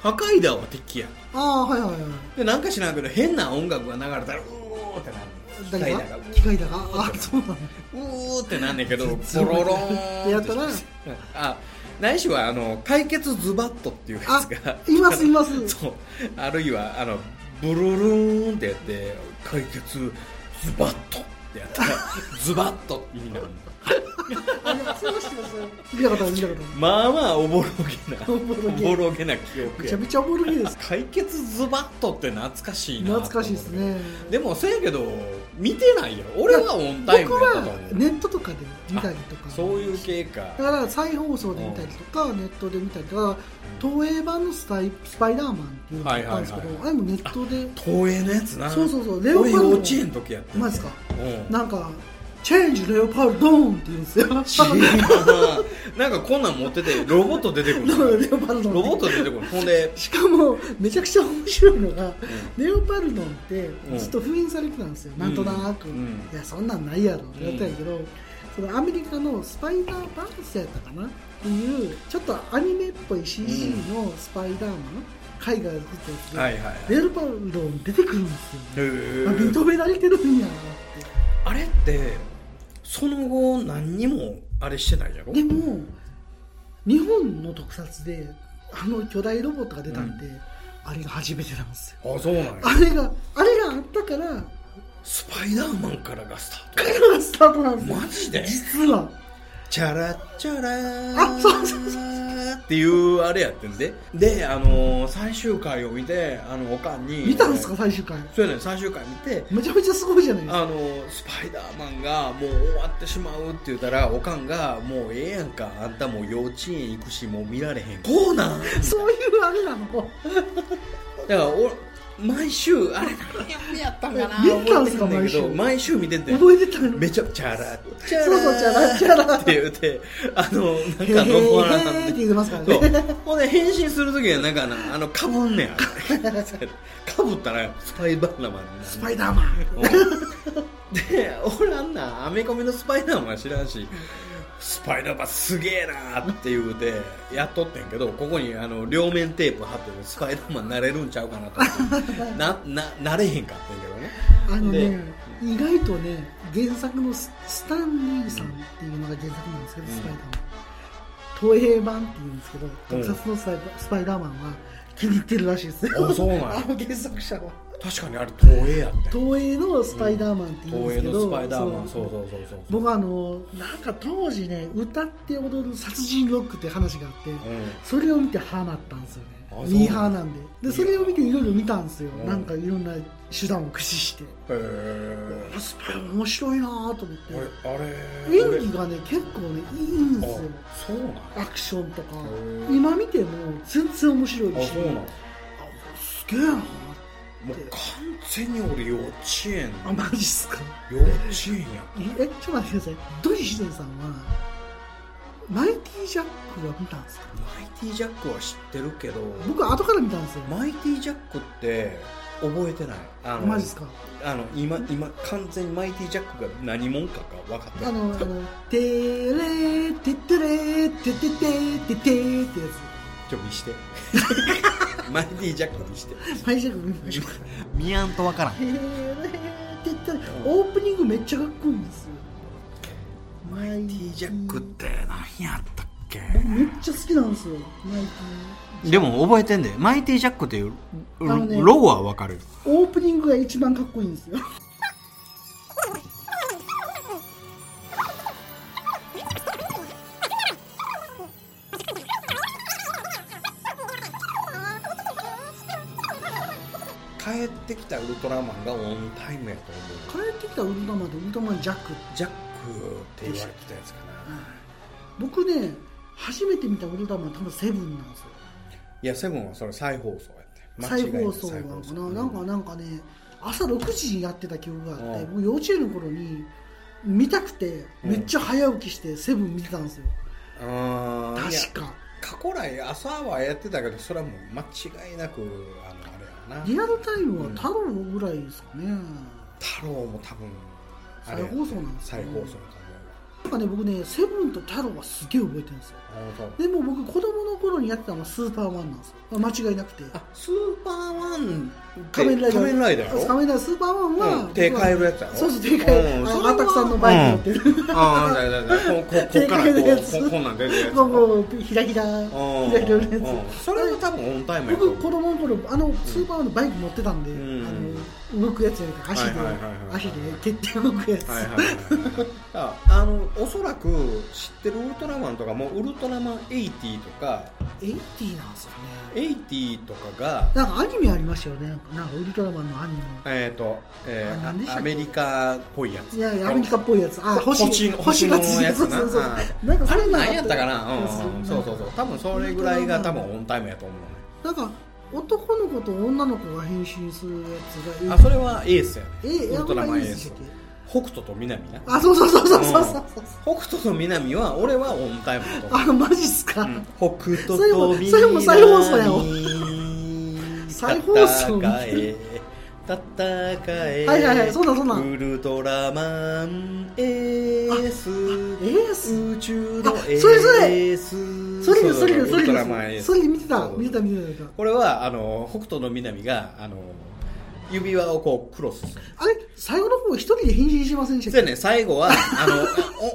B: 破壊だは敵や
A: ああはいはいはい
B: でなんか知らんけど変な音楽が流れたらうおーってなる
A: 誰
B: 機械
A: が
B: だがう
A: 機械だがあそうなんだ
B: うーってなんねんけど
A: 全然
B: ボロローン
A: やったな
B: あないしはあの解決ズバッとっていうや つが
A: いますいます
B: そうあるいはあのブルルーンってやって解決ズバッとってやったらズバッとって意味なんだ
A: 見たことある見たことある
B: まあまあおぼろげな
A: おぼろげ
B: おぼろげな記憶
A: めちゃ
B: や
A: めちゃおもろいです
B: 解決ズバッとって懐かしいなと
A: 懐
B: 思う
A: かしいですね
B: でもせやけど見てないよ俺はオンタイム
A: 僕
B: やったと
A: は
B: 思う、
A: ネットとかで見たりとか
B: そういう系か
A: だから再放送で見たりとか、ネットで見たりとか、東映版のスパイスパイダーマンっていうのがあったんですけど、
B: はいは
A: あ
B: い
A: れもネットで、
B: 東映のやつな
A: そうそうそう、レオパ
B: 俺
A: ル
B: 幼
A: ド、
B: 稚園の時やって
A: マジですか、
B: うん
A: なんか、チェンジレオパルドーンって言うんですよ、
B: なんかこんなん持っててロボット出てくる
A: レオパルドン
B: ロボット出てくるほんで
A: しかも、めちゃくちゃ面白いのが、レオパルドンって
B: ん
A: ずっと封印されてたんですよ、なんとなく、
B: うん
A: いや、そんなんないやろってやったんやけど、そのアメリカのスパイダーバースやったかなっていう、ちょっとアニメっぽい CG のスパイダーマン、海外で作ったやつで、
B: はいはいはい
A: レルパルドン出てくるんですよ、
B: へー
A: あ認められてるんやなって
B: あれってその後何にもあれしてないやろ
A: でも日本の特撮であの巨大ロボットが出たんで、あれが初めてなんですよ
B: あそうなんや
A: あれがあれがあったから
B: スパイダーマンからがスター
A: 彼らがスタートなんです
B: ト
A: よ
B: マジで
A: 実は
B: チャラチャラー
A: あそうそうそ
B: っていうあれやってんでであのー最終回を見てあのおかんに
A: 見たんですか最終回
B: そうやね最終回見て
A: めちゃめちゃすごいじゃないですか
B: あのスパイダーマンがもう終わってしまうって言ったらおかんが「もうええやんかあんたもう幼稚園行くしもう見られへん」こうなんだか
A: そういうあれなの
B: らお毎週あれ何やってやったんかな
A: 見たんすか
B: 覚えてへんねんけど
A: 毎週
B: 毎週見てて
A: 覚えてたの
B: めちゃチャラチャラ
A: そうそうチャラチャラ
B: って言うてあの
A: へ
B: な
A: ー
B: んか残ら
A: へー
B: な
A: って
B: ん
A: 言ってますから
B: そう
A: ね
B: ほんで変身する時はなんかなあのかぶん ねんあれかぶ ったらスパイダーマンになる
A: スパイダーマン
B: で俺あんなアメコミのスパイダーマン知らんしスパイダーマンすげえなーって言うてやっとってんけどここにあの両面テープ貼ってもスパイダーマンなれるんちゃうかなと 思ってなななれへんかったんやけ
A: あの
B: どね
A: ね
B: で、
A: 意外とね、原作のススタンリーさんっていうのが原作なんですけど、スパイダーマン。東映版っていうんですけど、特撮のスパイスパイダーマンは気に入ってるらしいですよ。
B: あそうなんや
A: あの原作者は。
B: 確かにあれ東映やったよ
A: 東映のスパイダーマンっていうんで
B: 東
A: す
B: 映
A: け
B: の
A: ど、
B: スパイダーマンそうそうそうそう
A: 僕はあの、なんか当時ね、歌って踊る殺人ロックって話があって、それを見てハマったんですよね
B: あそう
A: ミーハーなんででそれを見ていろいろ見たんですよなんかいろんな手段を駆使して
B: うんへえ
A: スパイ面白いなぁと思って
B: あれあれ
A: 演技がね結構ねいいんですよ
B: あそうなんや
A: アクションとか
B: ー
A: 今見ても全然面白い
B: あ
A: し
B: そうなんや
A: あすげえなぁ
B: もう完全に俺幼稚園
A: あマジっすか
B: 幼稚園やった
A: えちょっと待ってくださいドリシデンさんはマイティジャックは見たんですか
B: マイティジャックは知ってるけど
A: 僕後から見たんですよ
B: マイティジャックって覚えてないあの
A: マジっすか
B: あの今今完全にマイティジャックが何者かが分かって
A: あ
B: る
A: の、あの、てれーてってれーてててててーってや
B: ちょ 見してマイティジャック見して
A: つ。はい、じゃあ、見ましょう。
B: 見やんと分からん
A: てれーてってれーオープニングめっちゃかっこいいんですよ。マイティ
B: ジャックって何やったっけ
A: めっちゃ好きなんですよ。マイテ
G: でも覚えてんでマイティジャックっていう
A: あのね
G: ロゴはわかる
A: ィ。オープニングが一番かっこいいんですよ。
B: 帰ってきたウルトラマンがオンタイムやと思
A: 帰ってきたウルトラマンとウルトラマンジャック。
B: うジャックって言われてたやつかな
A: 僕ね、初めて見たウルトラマン多分セブンなんですよ。
B: いやセブンはそれ再放送やって間
A: 再
B: 違いな
A: 放
B: く
A: 送なのか
B: 再
A: な、
B: 放送
A: なんかなんかね朝6時にやってた記憶があって、
B: う
A: 僕
B: ん
A: 幼稚園の頃に見たくてめっちゃ早起きしてセブン見てたんですよ、
B: あーいや
A: 確か
B: 過去来朝はやってたけどそれはもう間違いなくあのあれやな
A: リアルタイムは太郎ぐらいですかね、
B: 太郎も多分あれ
A: 再放送なんです
B: 再
A: ね
B: 放送だと思う
A: なんかね僕ねセブンと太郎はすげえ覚えてるんですよ
B: あ
A: でも僕子供の頃にやってたのはスーパーワンなんですよ間違いなくて
B: スーパーワンって
A: 仮面ライダー
B: 仮面ライダーやろ
A: 仮面ライダースーパーワンは、
B: うん手変えるやつやろ
A: そうそう手変え
B: う
A: る
B: ん
A: あ
B: それ
A: の
B: は
A: アタクさんのバイク乗ってる
B: ああだいだいだいこここっからこ
A: 手変えるやつ
B: うここんなん出てるやつ
A: こうこうひらひら
B: うん
A: ひらひらのやつ
B: うんそれは多分オンタイムやと
A: 僕
B: 思う
A: 子供の頃あのスーパーワンのバイク乗ってたんで、
B: ん
A: あの動くやつやから足で
B: はいはいはいはい
A: 足で蹴って動くやつ、
B: はいはいはいはいああのおそらく知ってるウルトラマンとかもウルトラマン80とか
A: エイティなんですよね
B: 80とかが
A: なんかアニメありましたよねなんかなんかウルトラマンのアニメ
B: えっ、と、えー
A: あ何でしたっ
B: ア
A: け
B: メリカっぽいやつ
A: いやいやアメリカっぽいやつあ星
B: 星の星のやつ
A: そう
B: な
A: そうそう
B: あ
A: なんかそ
B: あれ
A: んなの
B: 何やったかな、うん
A: そう
B: うんそうそうそう多分それぐらいが多分オンタイムやと思うね
A: なんか男の子と女の子が変身するやつが
B: あそれはエースやね
A: ええ
B: ウルトラマンエ
A: やばいやつ
B: ース
A: でしたっ
B: 北斗と南な
A: あそうそうそうそうそうそうそう
B: 北斗と南は俺はオンタイムだと思う
A: あマジっすか、
B: 北斗と南
A: それもそれも再放送やわ再放送
B: 戦え戦え
A: はいはいはいそうだそうだ
B: ウルトラマンエース
A: エース
B: 宇宙
A: あ
B: のエ
A: それそれ
B: ース
A: それですそれです
B: ウ
A: それ
B: ル
A: で
B: トラマンエー
A: す
B: ス
A: それ見てた
B: そう
A: 見てた見てた
B: これはあの北斗の南があの指輪をこうクロスする
A: あれ最後の方一人で変身しませんでし
B: そ
A: た
B: や
A: っけ
B: ね最 後はあ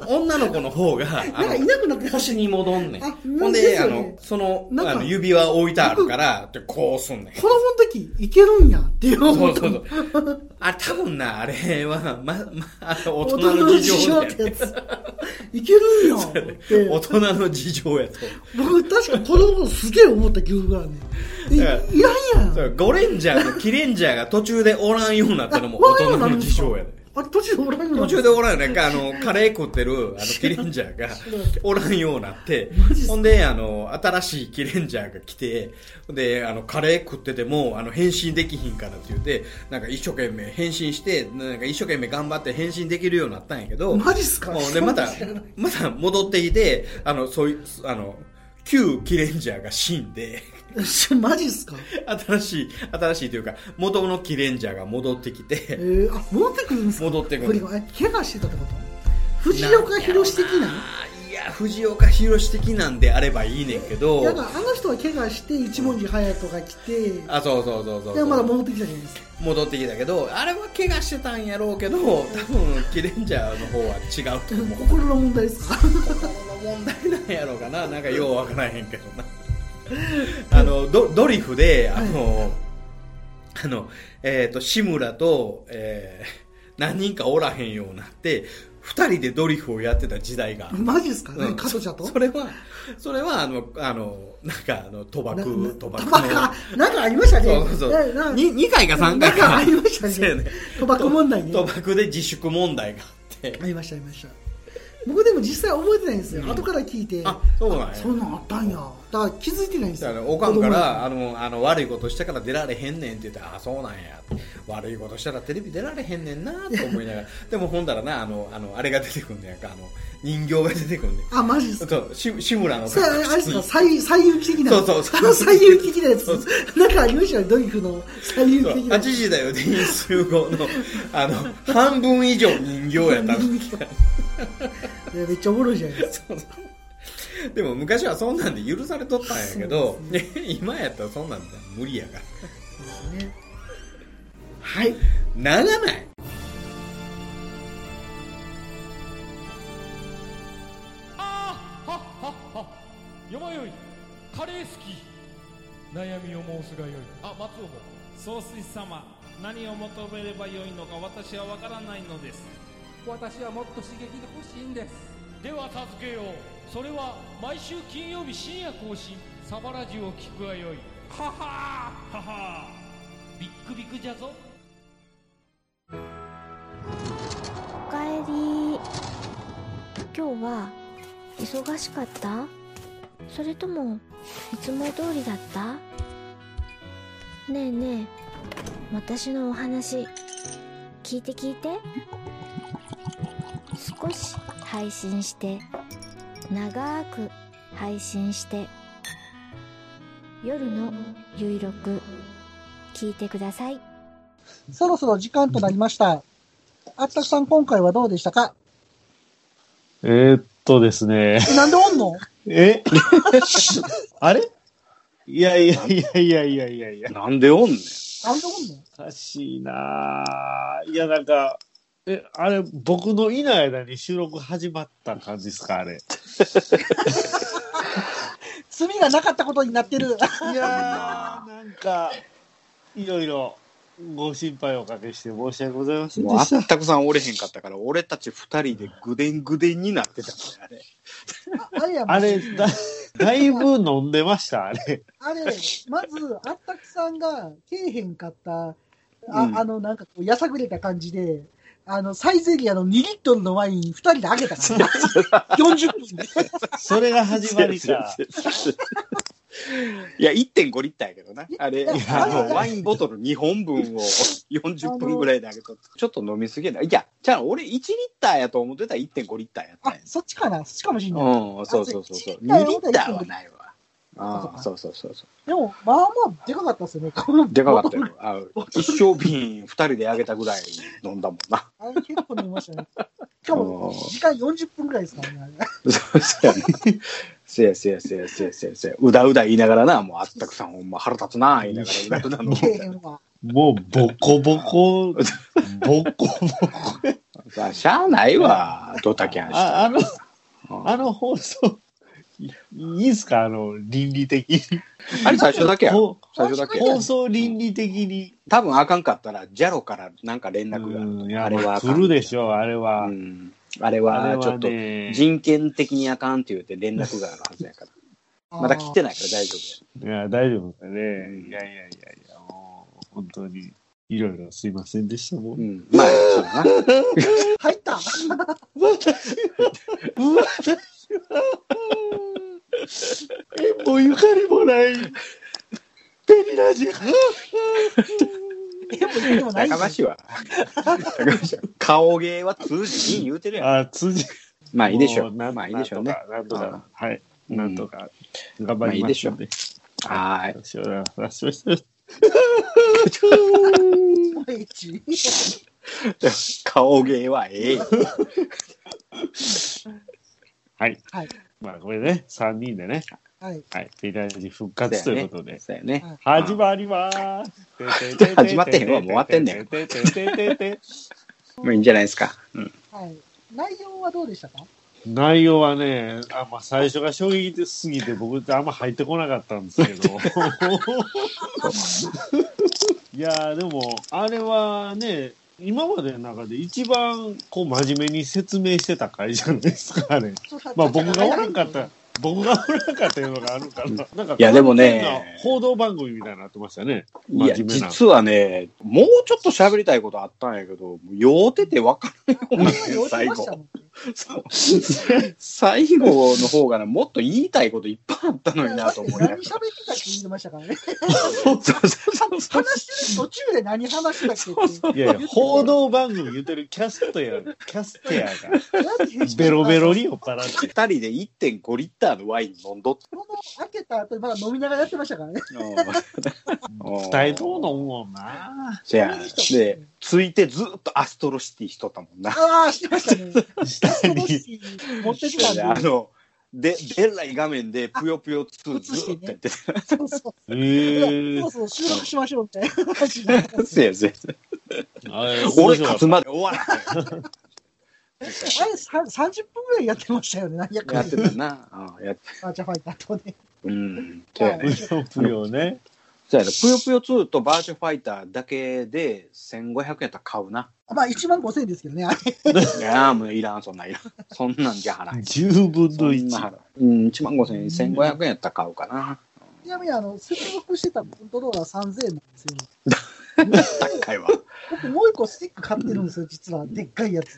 B: のお女の子の方があの
A: なんかいなくなって
B: 星に戻んねん
A: あ
B: ほん
A: で
B: ですあ
A: よね
B: のその
A: なんか
B: あの指輪置いてあるからってこうすんねん
A: この本の時いけるんやっていう
B: そ
A: 思っ
B: う
A: た
B: そ
A: の
B: うそうあ多分なあれは、まま、あの大人の事情
A: 大
B: や
A: 人の事情ってやついけるんやって
B: 大人の事情やと
A: 僕確かこの頃すげえ思った記憶があるねんいい
B: だから
A: らんやん
B: そうゴレンジャーのキレンジャーが途中でおらんようになったのも
A: あわか
B: 大
A: らんようになる
B: 人の
A: んで
B: 事
A: すか
B: 情やで
A: あれ途中でおらんようにな
B: 途
A: った
B: 中でおらんよねあのカレー食ってる あのキレンジャーがおらんようになって
A: ジっすか
B: ほんであの新しいキレンジャーが来てであのカレー食っててもあの変身できひんからって言ってなんか一生懸命変身してなんか一生懸命頑張って変身できるようになったんやけど
A: マジっすか
B: もうねまた
A: 知らない
B: また戻ってきてあのそういうあの旧キレンジャーが死んで
A: マジっすか
B: 新しい新しいというか元のキレンジャーが戻ってき
A: え
B: て
A: ー、あ戻ってくるんですか
B: 戻ってく
A: これ
B: る
A: え怪我してたってこと藤岡弘的な
B: あいや藤岡弘的なんであればいいねんけど
A: だからあの人は怪我して一文字隼人が来てで
B: あそうそうそうそうそう
A: まだ戻ってきたじゃないですか
B: 戻ってきたけどあれは怪我してたんやろうけど 多分キレンジャーの方は違うと思う
A: 心の問題ですか
B: この問題なんやろうかななんかようわからへんけどな あのドドリフであの、あのえっ、と志村と、えー何人かおらへんようになって二人でドリフをやってた時代がある
A: マジですかね、
B: うん
A: 加藤ちゃんと
B: それはそれはあのあのなんかあの賭
A: な
B: 博
A: な
B: 賭
A: タ
B: 博
A: バ
B: の
A: カなんかありましたね
B: そうそうそう
A: えなんか
B: に2回か3
A: な
B: 回
A: ん
B: か
A: かありましたね
B: そうや
A: 賭博問題ね
B: 賭博で自粛問題があって
A: ありましたありました僕でも実際覚えてないんですよ、後から聞いて
B: あそうなんや
A: そんなんあったんやだから気づいてないんです
B: だから
A: よ
B: おかんか
A: 子供
B: らあのあの悪いことしたから出られへんねんって言ってああそうなんや悪いことしたらテレビ出られへんねんなと思いながら でもほんだらなあのあのあれが出てくんねやんかあの人形が出てくんねん
A: あマジですか
B: そうし志村の
A: それあれあれですか
B: そう
A: 最最有機的な
B: そうそうそう
A: あの最有機的なや
B: そうそ
A: つなんかありましたよドリフの最有機的な
B: 8時だよ電員集合のあの半分以上人形やった の
A: いやめっちゃおもろいじゃないですか
B: でも昔はそんなんで許されとったんやけど、 今やったらそんなんで無理やから
A: ね
B: はい長ない
H: あーはっはっはよまよいカレー好き悩みを申すがよいあ松尾も
I: 総帥様何を求めればよいのか私は分からないのです
H: 私はもっと刺激が欲しいんですでは助けようそれは毎週金曜日深夜更新サバラジュを聞くがよいははーははービックビックじゃぞ
J: おかえり今日は忙しかったそれともいつも通りだったねえねえ私のお話聞いて聞いて少し配信して長く配信して夜のゆいろく聞いてください
A: そろそろ時間となりました。あったくさん、今回はどうでしたか
K: えーっとですね。
A: えなんでおんの
K: え あれいやいやいやいやいやいやいや。
B: なんでおんねん。
A: なんでおんの
K: おかしいなぁ。いや、なんか、え、あれ、僕のいない間に収録始まった感じですか、あれ。
A: 罪がなかったことになってる。
K: いやー、なんか、いろいろご心配をおかけして申し訳ございません
B: もう
K: で
B: あ
K: し。
B: ったたくさん折れへんかったから、俺たち二人でぐでんぐでんになってたもん
A: あ
B: あれ。
A: れや、
K: あれ、だ、だいぶ飲んでました、あれ。
A: あれ、まず、あったくさんがけえへんかった、あ,、
B: うん
A: あの、なんかこう、やさぐれた感じで、あの、サイゼリアの2リットルのワイン2人であげたから、40分で。
K: それが始ま りか。
B: いや、1.5リッターやけどな。あれ、
A: いや
B: あのワインボトル2本分を40分ぐらいであげとったちょっと飲みすぎやな。いや、じゃあ俺1リッターやと思ってたら1.5リッターやった
A: あ
B: んや、。
A: そっちかな、そっちかもしんない。
B: うん、そうそうそうそう。
A: 1リッターや
B: 2リッターはないわ。
A: そっ
B: あ
A: か
B: あ、そうそうそうそ
A: でも、まあまあ、でかかったっすよね。この
B: う。でかかったよ。あ一生瓶2人であげたぐらい飲んだもんな。
A: あれ結構飲みましたね。しかも、時間40分ぐらいですからね。あれ
B: そうそうやね。せやせやせやせやせやせや。うだうだ言いながらな、もうあったくさんほんま腹立つな、言いながらうだうだ飲ん
A: けえ
B: で
A: へんわ。
K: もう、ボコボコ、ボコボコ。
B: さあ、しゃあないわ、ドタキャンして。
K: ああの、
B: うん
K: あの放送、いいいんすかあの、倫理的に。
B: あれ最初だけやろ。
K: ほ
B: 最初だけ。
K: 放送倫理的に。
B: 多分あかんかったら、ジャロからなんか連絡が。
K: うん、いや、
B: あれはあかん
K: 来るでしょう、あれ
B: う
K: は。
B: ん。あれ
K: あれ
B: はちょ
K: は
B: っと
K: ね、い
B: 人権的にあかんって言って連絡があるはずやから。まだ来てないから大丈
K: や、大丈夫ですかね。
B: うん
K: いやいやいやいや、もう、本当に、いろいろすいませんでした、もう
B: 夫。や。うん。まあ、そうやな。
A: 入った
K: え、もうゆかりもない。ペリラ
A: え、
K: ジ。
A: もう言ってもない
B: 高
A: し。
B: 橋 は。高橋は。顔芸は通じひん言うてるやん。
K: あ、辻。
B: まあいいでしょ
K: も
B: う。
K: なん
B: まあいいでしょうね。
K: なんとか、なんとかはい。
B: うん
K: なんとか、頑張りましょうね。
B: はーい。
K: 私は私は
A: 第一
B: 顔芸はええよ。
K: はい。
A: はい
K: まあ、これね、3人でね、
A: はい。
K: はい、ペリラジ復活ということで。
B: そうやね。
K: 始まります。
B: 始まってへんわもう終わってんねんもういいんじゃないですか。うん。
A: はい。内容はどうでしたか
K: 内容はね、あんま最初が衝撃すぎて、僕ってあんま入ってこなかったんです けど。いやー、でも、あれはね、今までの中で一番こう真面目に説明してた回じゃないですか、あれ。まあ僕がおらんかった。、僕がおらんかったいうのがあるから。なんか
B: いやでもね
K: 完全な報道番組みたいになってましたね。真
B: いや、
K: 面目な。
B: 実はね、もうちょっと喋りたいことあったんやけど、酔うてて分からんようになって
A: 最
B: 最
A: 後。
B: 後。そう最後の方がね、もっと言いたいこといっぱいあったのになと思いなが
A: 何喋っ
B: ら
A: てたって言ってましたからね。
B: そうそうそう そ う。
A: 話してる途中で何話してたっけって。
K: いやいや、報道番組言ってるキャストや、キャステアが
A: なんで編集
K: ベロベロに酔っ払って。
B: 二人で1.5リッターのワイン飲んどって。
A: この開けた後にまだ飲みながらやってましたからね。
K: 二人どうのもんな。
B: じゃあ、で、ついてずっとアストロシティしとったもんな。
A: ああ、してましたね。
K: 下に。
A: 持ってきたん
B: であ
A: で。
B: の、で、でっらい画面で、ぷよぷよ2ずっとやってた。
A: そうそう。
K: え
A: そ
K: ー
A: うそう、収録しましょうみたいな話になってます
B: せやせや
K: あれ
B: 俺勝つまで終わら
A: あれ、さ30分ぐらいやってましたよね。何や
B: ん。
A: か
B: や
A: ん
B: ってたな。ああやって
A: バーチャファイターとね。
B: うん。そうやね。
K: ぷよぷよね。
B: そうやね。ぷよぷよ2とバーチャファイターだけで1500円やったら買うな。
A: まあ、1万5000円ですけどね。あれ
B: いやーもういらん、そんなんいらん。そんなんじゃ払い。
K: 十分
B: そ
K: の
B: ん
K: 一
B: な。払う。うん、1万5000円、1500円やったら買うかな。
A: ちなみに、あの、接続してたコントローラー3000円なんですよ。
B: 高いわ。
A: 僕、もう一個スティック買ってるんですよ、実は。でっかいやつ。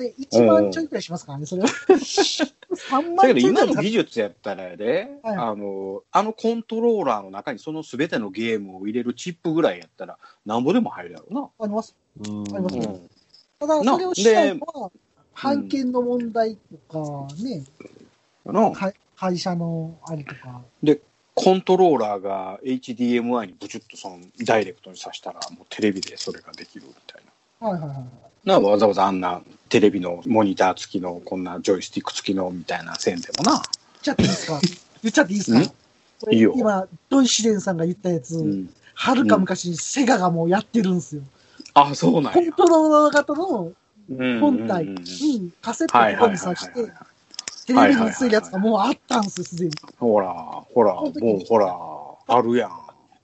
A: で、1万ちょいくらいしますからね、それは。3
B: だ
A: 万
B: けど
A: ちょいくら
B: 今
A: い
B: の
A: 買っ
B: 技術やったらやで、
A: はい
B: あの、あのコントローラーの中にその全てのゲームを入れるチップぐらいやったら、なんぼでも入るやろ
A: あります。
K: うん
A: あります
B: うな。
A: ねただ、それをしたいのは、
B: うん
A: 版権の問題とか、ね、
B: うん。な
A: か会社のあれとか。
B: コントローラーが HDMI にブチュッとそのダイレクトにさしたら、もうテレビでそれができるみたいな。
A: はいはいはい。
D: なわざわざあんなテレビのモニター付きのこんなジョイスティック付きのみたいな線でもな。
A: 言っちゃっていい ですか言っちゃっていいですか
D: ん
A: これ
D: いいよ
A: 今、土井紫蓮さんが言ったやつ、はるか昔、セガがもうやってるんですよ。
D: あ、そうなん
A: コン
D: や。
A: トローラー型の
D: うん
A: 本体
D: うん
A: にカセットをここに挿して、テレビに映せるやつがもうあったんですよ、すでに。
D: ほら、ほら、もうほら、あるやん。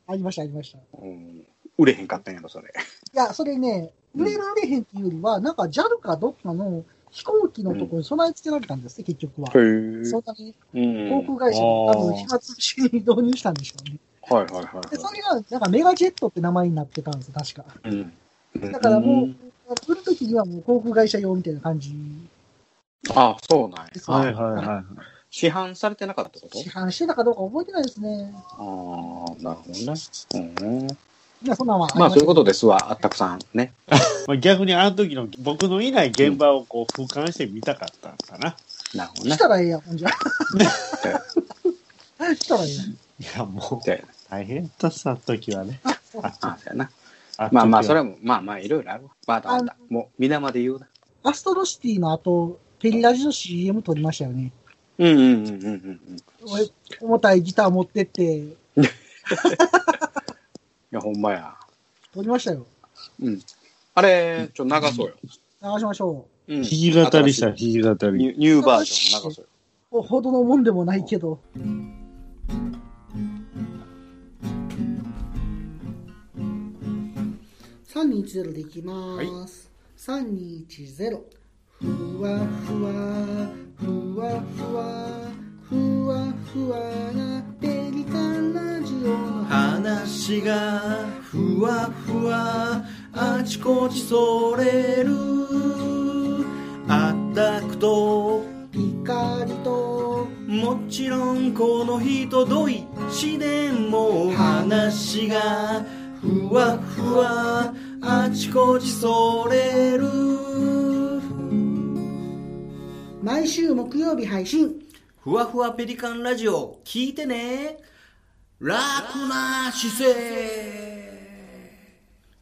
A: ありました、ありました。い
D: うん売れへんかったんやろ、それ。
A: や、それね、売れる売れへんっていうよりは、なんか JAL かどっかの飛行機のところに備え付けられたんですね、結局は。
D: へえ
A: そんなに
D: うん
A: 航空会社が多分、飛沫式に導入したんでしょうね。
D: はいはいはいは
A: で、それが、なんかメガジェットって名前になってたんですよ、確か。
D: い。うん
A: だからもう、
D: ん
A: 売るときにはもう航空会社用みたいな感じ、
D: あ、そうなんや。。
A: はいはいはい
D: 市販されてなかったこと
A: 市販してたかどうか覚えてないですね。
D: ああ、なるほどね。うん。
A: いや、そんなんはり
D: まあ、
A: し
D: そう
A: た
D: いうことですわ、あったくさんね。
K: まあ、逆にあの時の僕のいない現場をこう俯瞰してみたかったんかな。
D: なるほ
A: したらええやん、ほんじゃ。したらええやん。
K: いや、もう、大変だったっす、あの時はね。
D: あ、そうやな。
K: あ
D: まあまあ、それは
K: も。
D: もう、まあまあ、いろいろあるわ。まだまだ
A: あ。
D: もう、皆まで言うな。
A: アストロシティの後、ペリラジの CM 撮りましたよね。
D: うんうんうんうんうん。い
A: 俺重たいギター持ってって、
D: や、ほんまや。
A: 撮りましたよ。
D: うん。あれ、ちょ、流そうよ。
A: 流しましょ
D: うん。
K: 弾き語りした、弾き語
D: ニ
K: り。
D: ュニューバージョン流そうよ。
A: う。ほどのもんでもないけど。3210でいきます。3210。ふわふわ、ふわふわ、ふわふわなペリカンラジオの
B: 話がふわふわあちこちそれるあったくと
A: ピカリと
B: もちろんこの人どいしでも話がふわふわあちこちそれる
A: 毎週木曜日配信。
B: ふわふわペリカンラジオ聞いてね楽な姿勢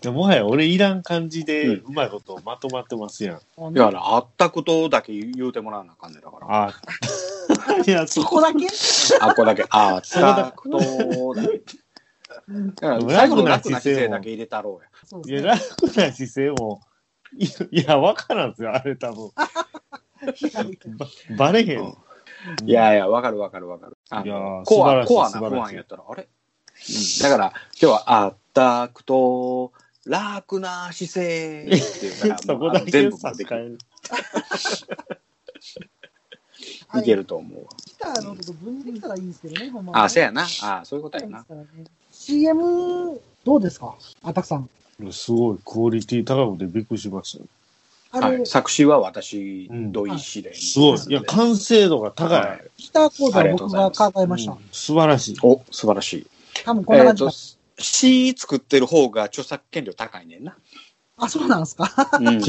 K: じゃあもはや俺いらん感じで、うまいことまとまってますやん。
D: いや、あれあったことだけ言うてもらわなあかんねんだから。
K: あ いや、そ
A: そこだけ
D: あっこだけ、あったことだけ。だから最後の楽な姿勢だけ入れたろうや。
A: そう
K: い
A: で
K: や、
A: すね。
K: 楽な姿勢も、いいや、わからんっすよ、あれ多分。バレへん。
D: いやいや、わかるわかるわかる。あ
K: いやー
D: のコア
K: 素晴
D: コ
K: ら
D: ア
K: し
D: な不安
K: い素晴らしい
D: やったら、あれ、うんだから、今日は、あったくと、楽な姿勢っていう から
K: そ
D: もう
K: こ
D: あ
K: だ
D: の
K: け
D: 全部
K: 差し
D: でき
K: 替
D: る
K: える。
A: あ
D: いけると思うわ。
A: ギターのこと分離できたらいいんですけどね、ほんまはね
D: あ、せやな。あそういうことやな。
A: CM、どうですかあたくさん。
K: すごいクオリティ高くてびっくりしました。
A: あ
D: は
A: れ、
D: い、作詞は私、土井氏で。
K: すごい。いや、完成度が高い。
D: はい
A: ギター講座
D: あ
A: は
D: りがとう
A: 僕
D: ござい
A: が
D: ます
A: 考えました。
K: 素晴らしい。
D: お、素晴らしい。
A: 多分こんな
D: えっ
A: 感じ
D: と
A: だ。、
D: 詩作ってる方が著作権料高いねんな。
A: あ、そうなんですか
D: うん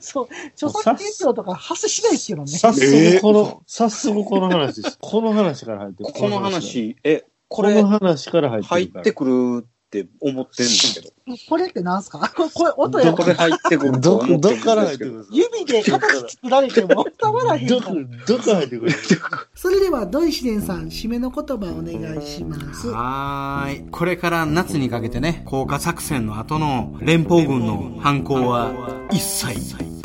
A: そう。著作権料とか発生しないですけどね。
K: 早
D: え
K: 速
D: ー
K: この、早速この話です。この話から入ってる。
D: この話、え、こ
K: こ
D: れ
K: の話から。この話から入って
D: 入
K: る
D: っ
K: から。
D: てくるって思ってるんだけど。
A: これってなんすか これ、これ音や
D: こ
A: から
D: れ入ってくると
K: ど、
D: 思って
K: ど
D: る
K: っ
D: ん
K: から
D: で
K: 入
D: す
K: って
D: け
K: く
D: ど。
K: る
A: 指で形作られても伝わらへ
K: ど
A: ん
K: っ
A: か。
K: からどっから入ってくる
A: それでは、土井紫蓮さん、締めの言葉をお願いします。
G: はーい。これから夏にかけてね、降下作戦の後の連邦軍の反抗は一切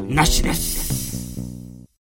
G: なしです。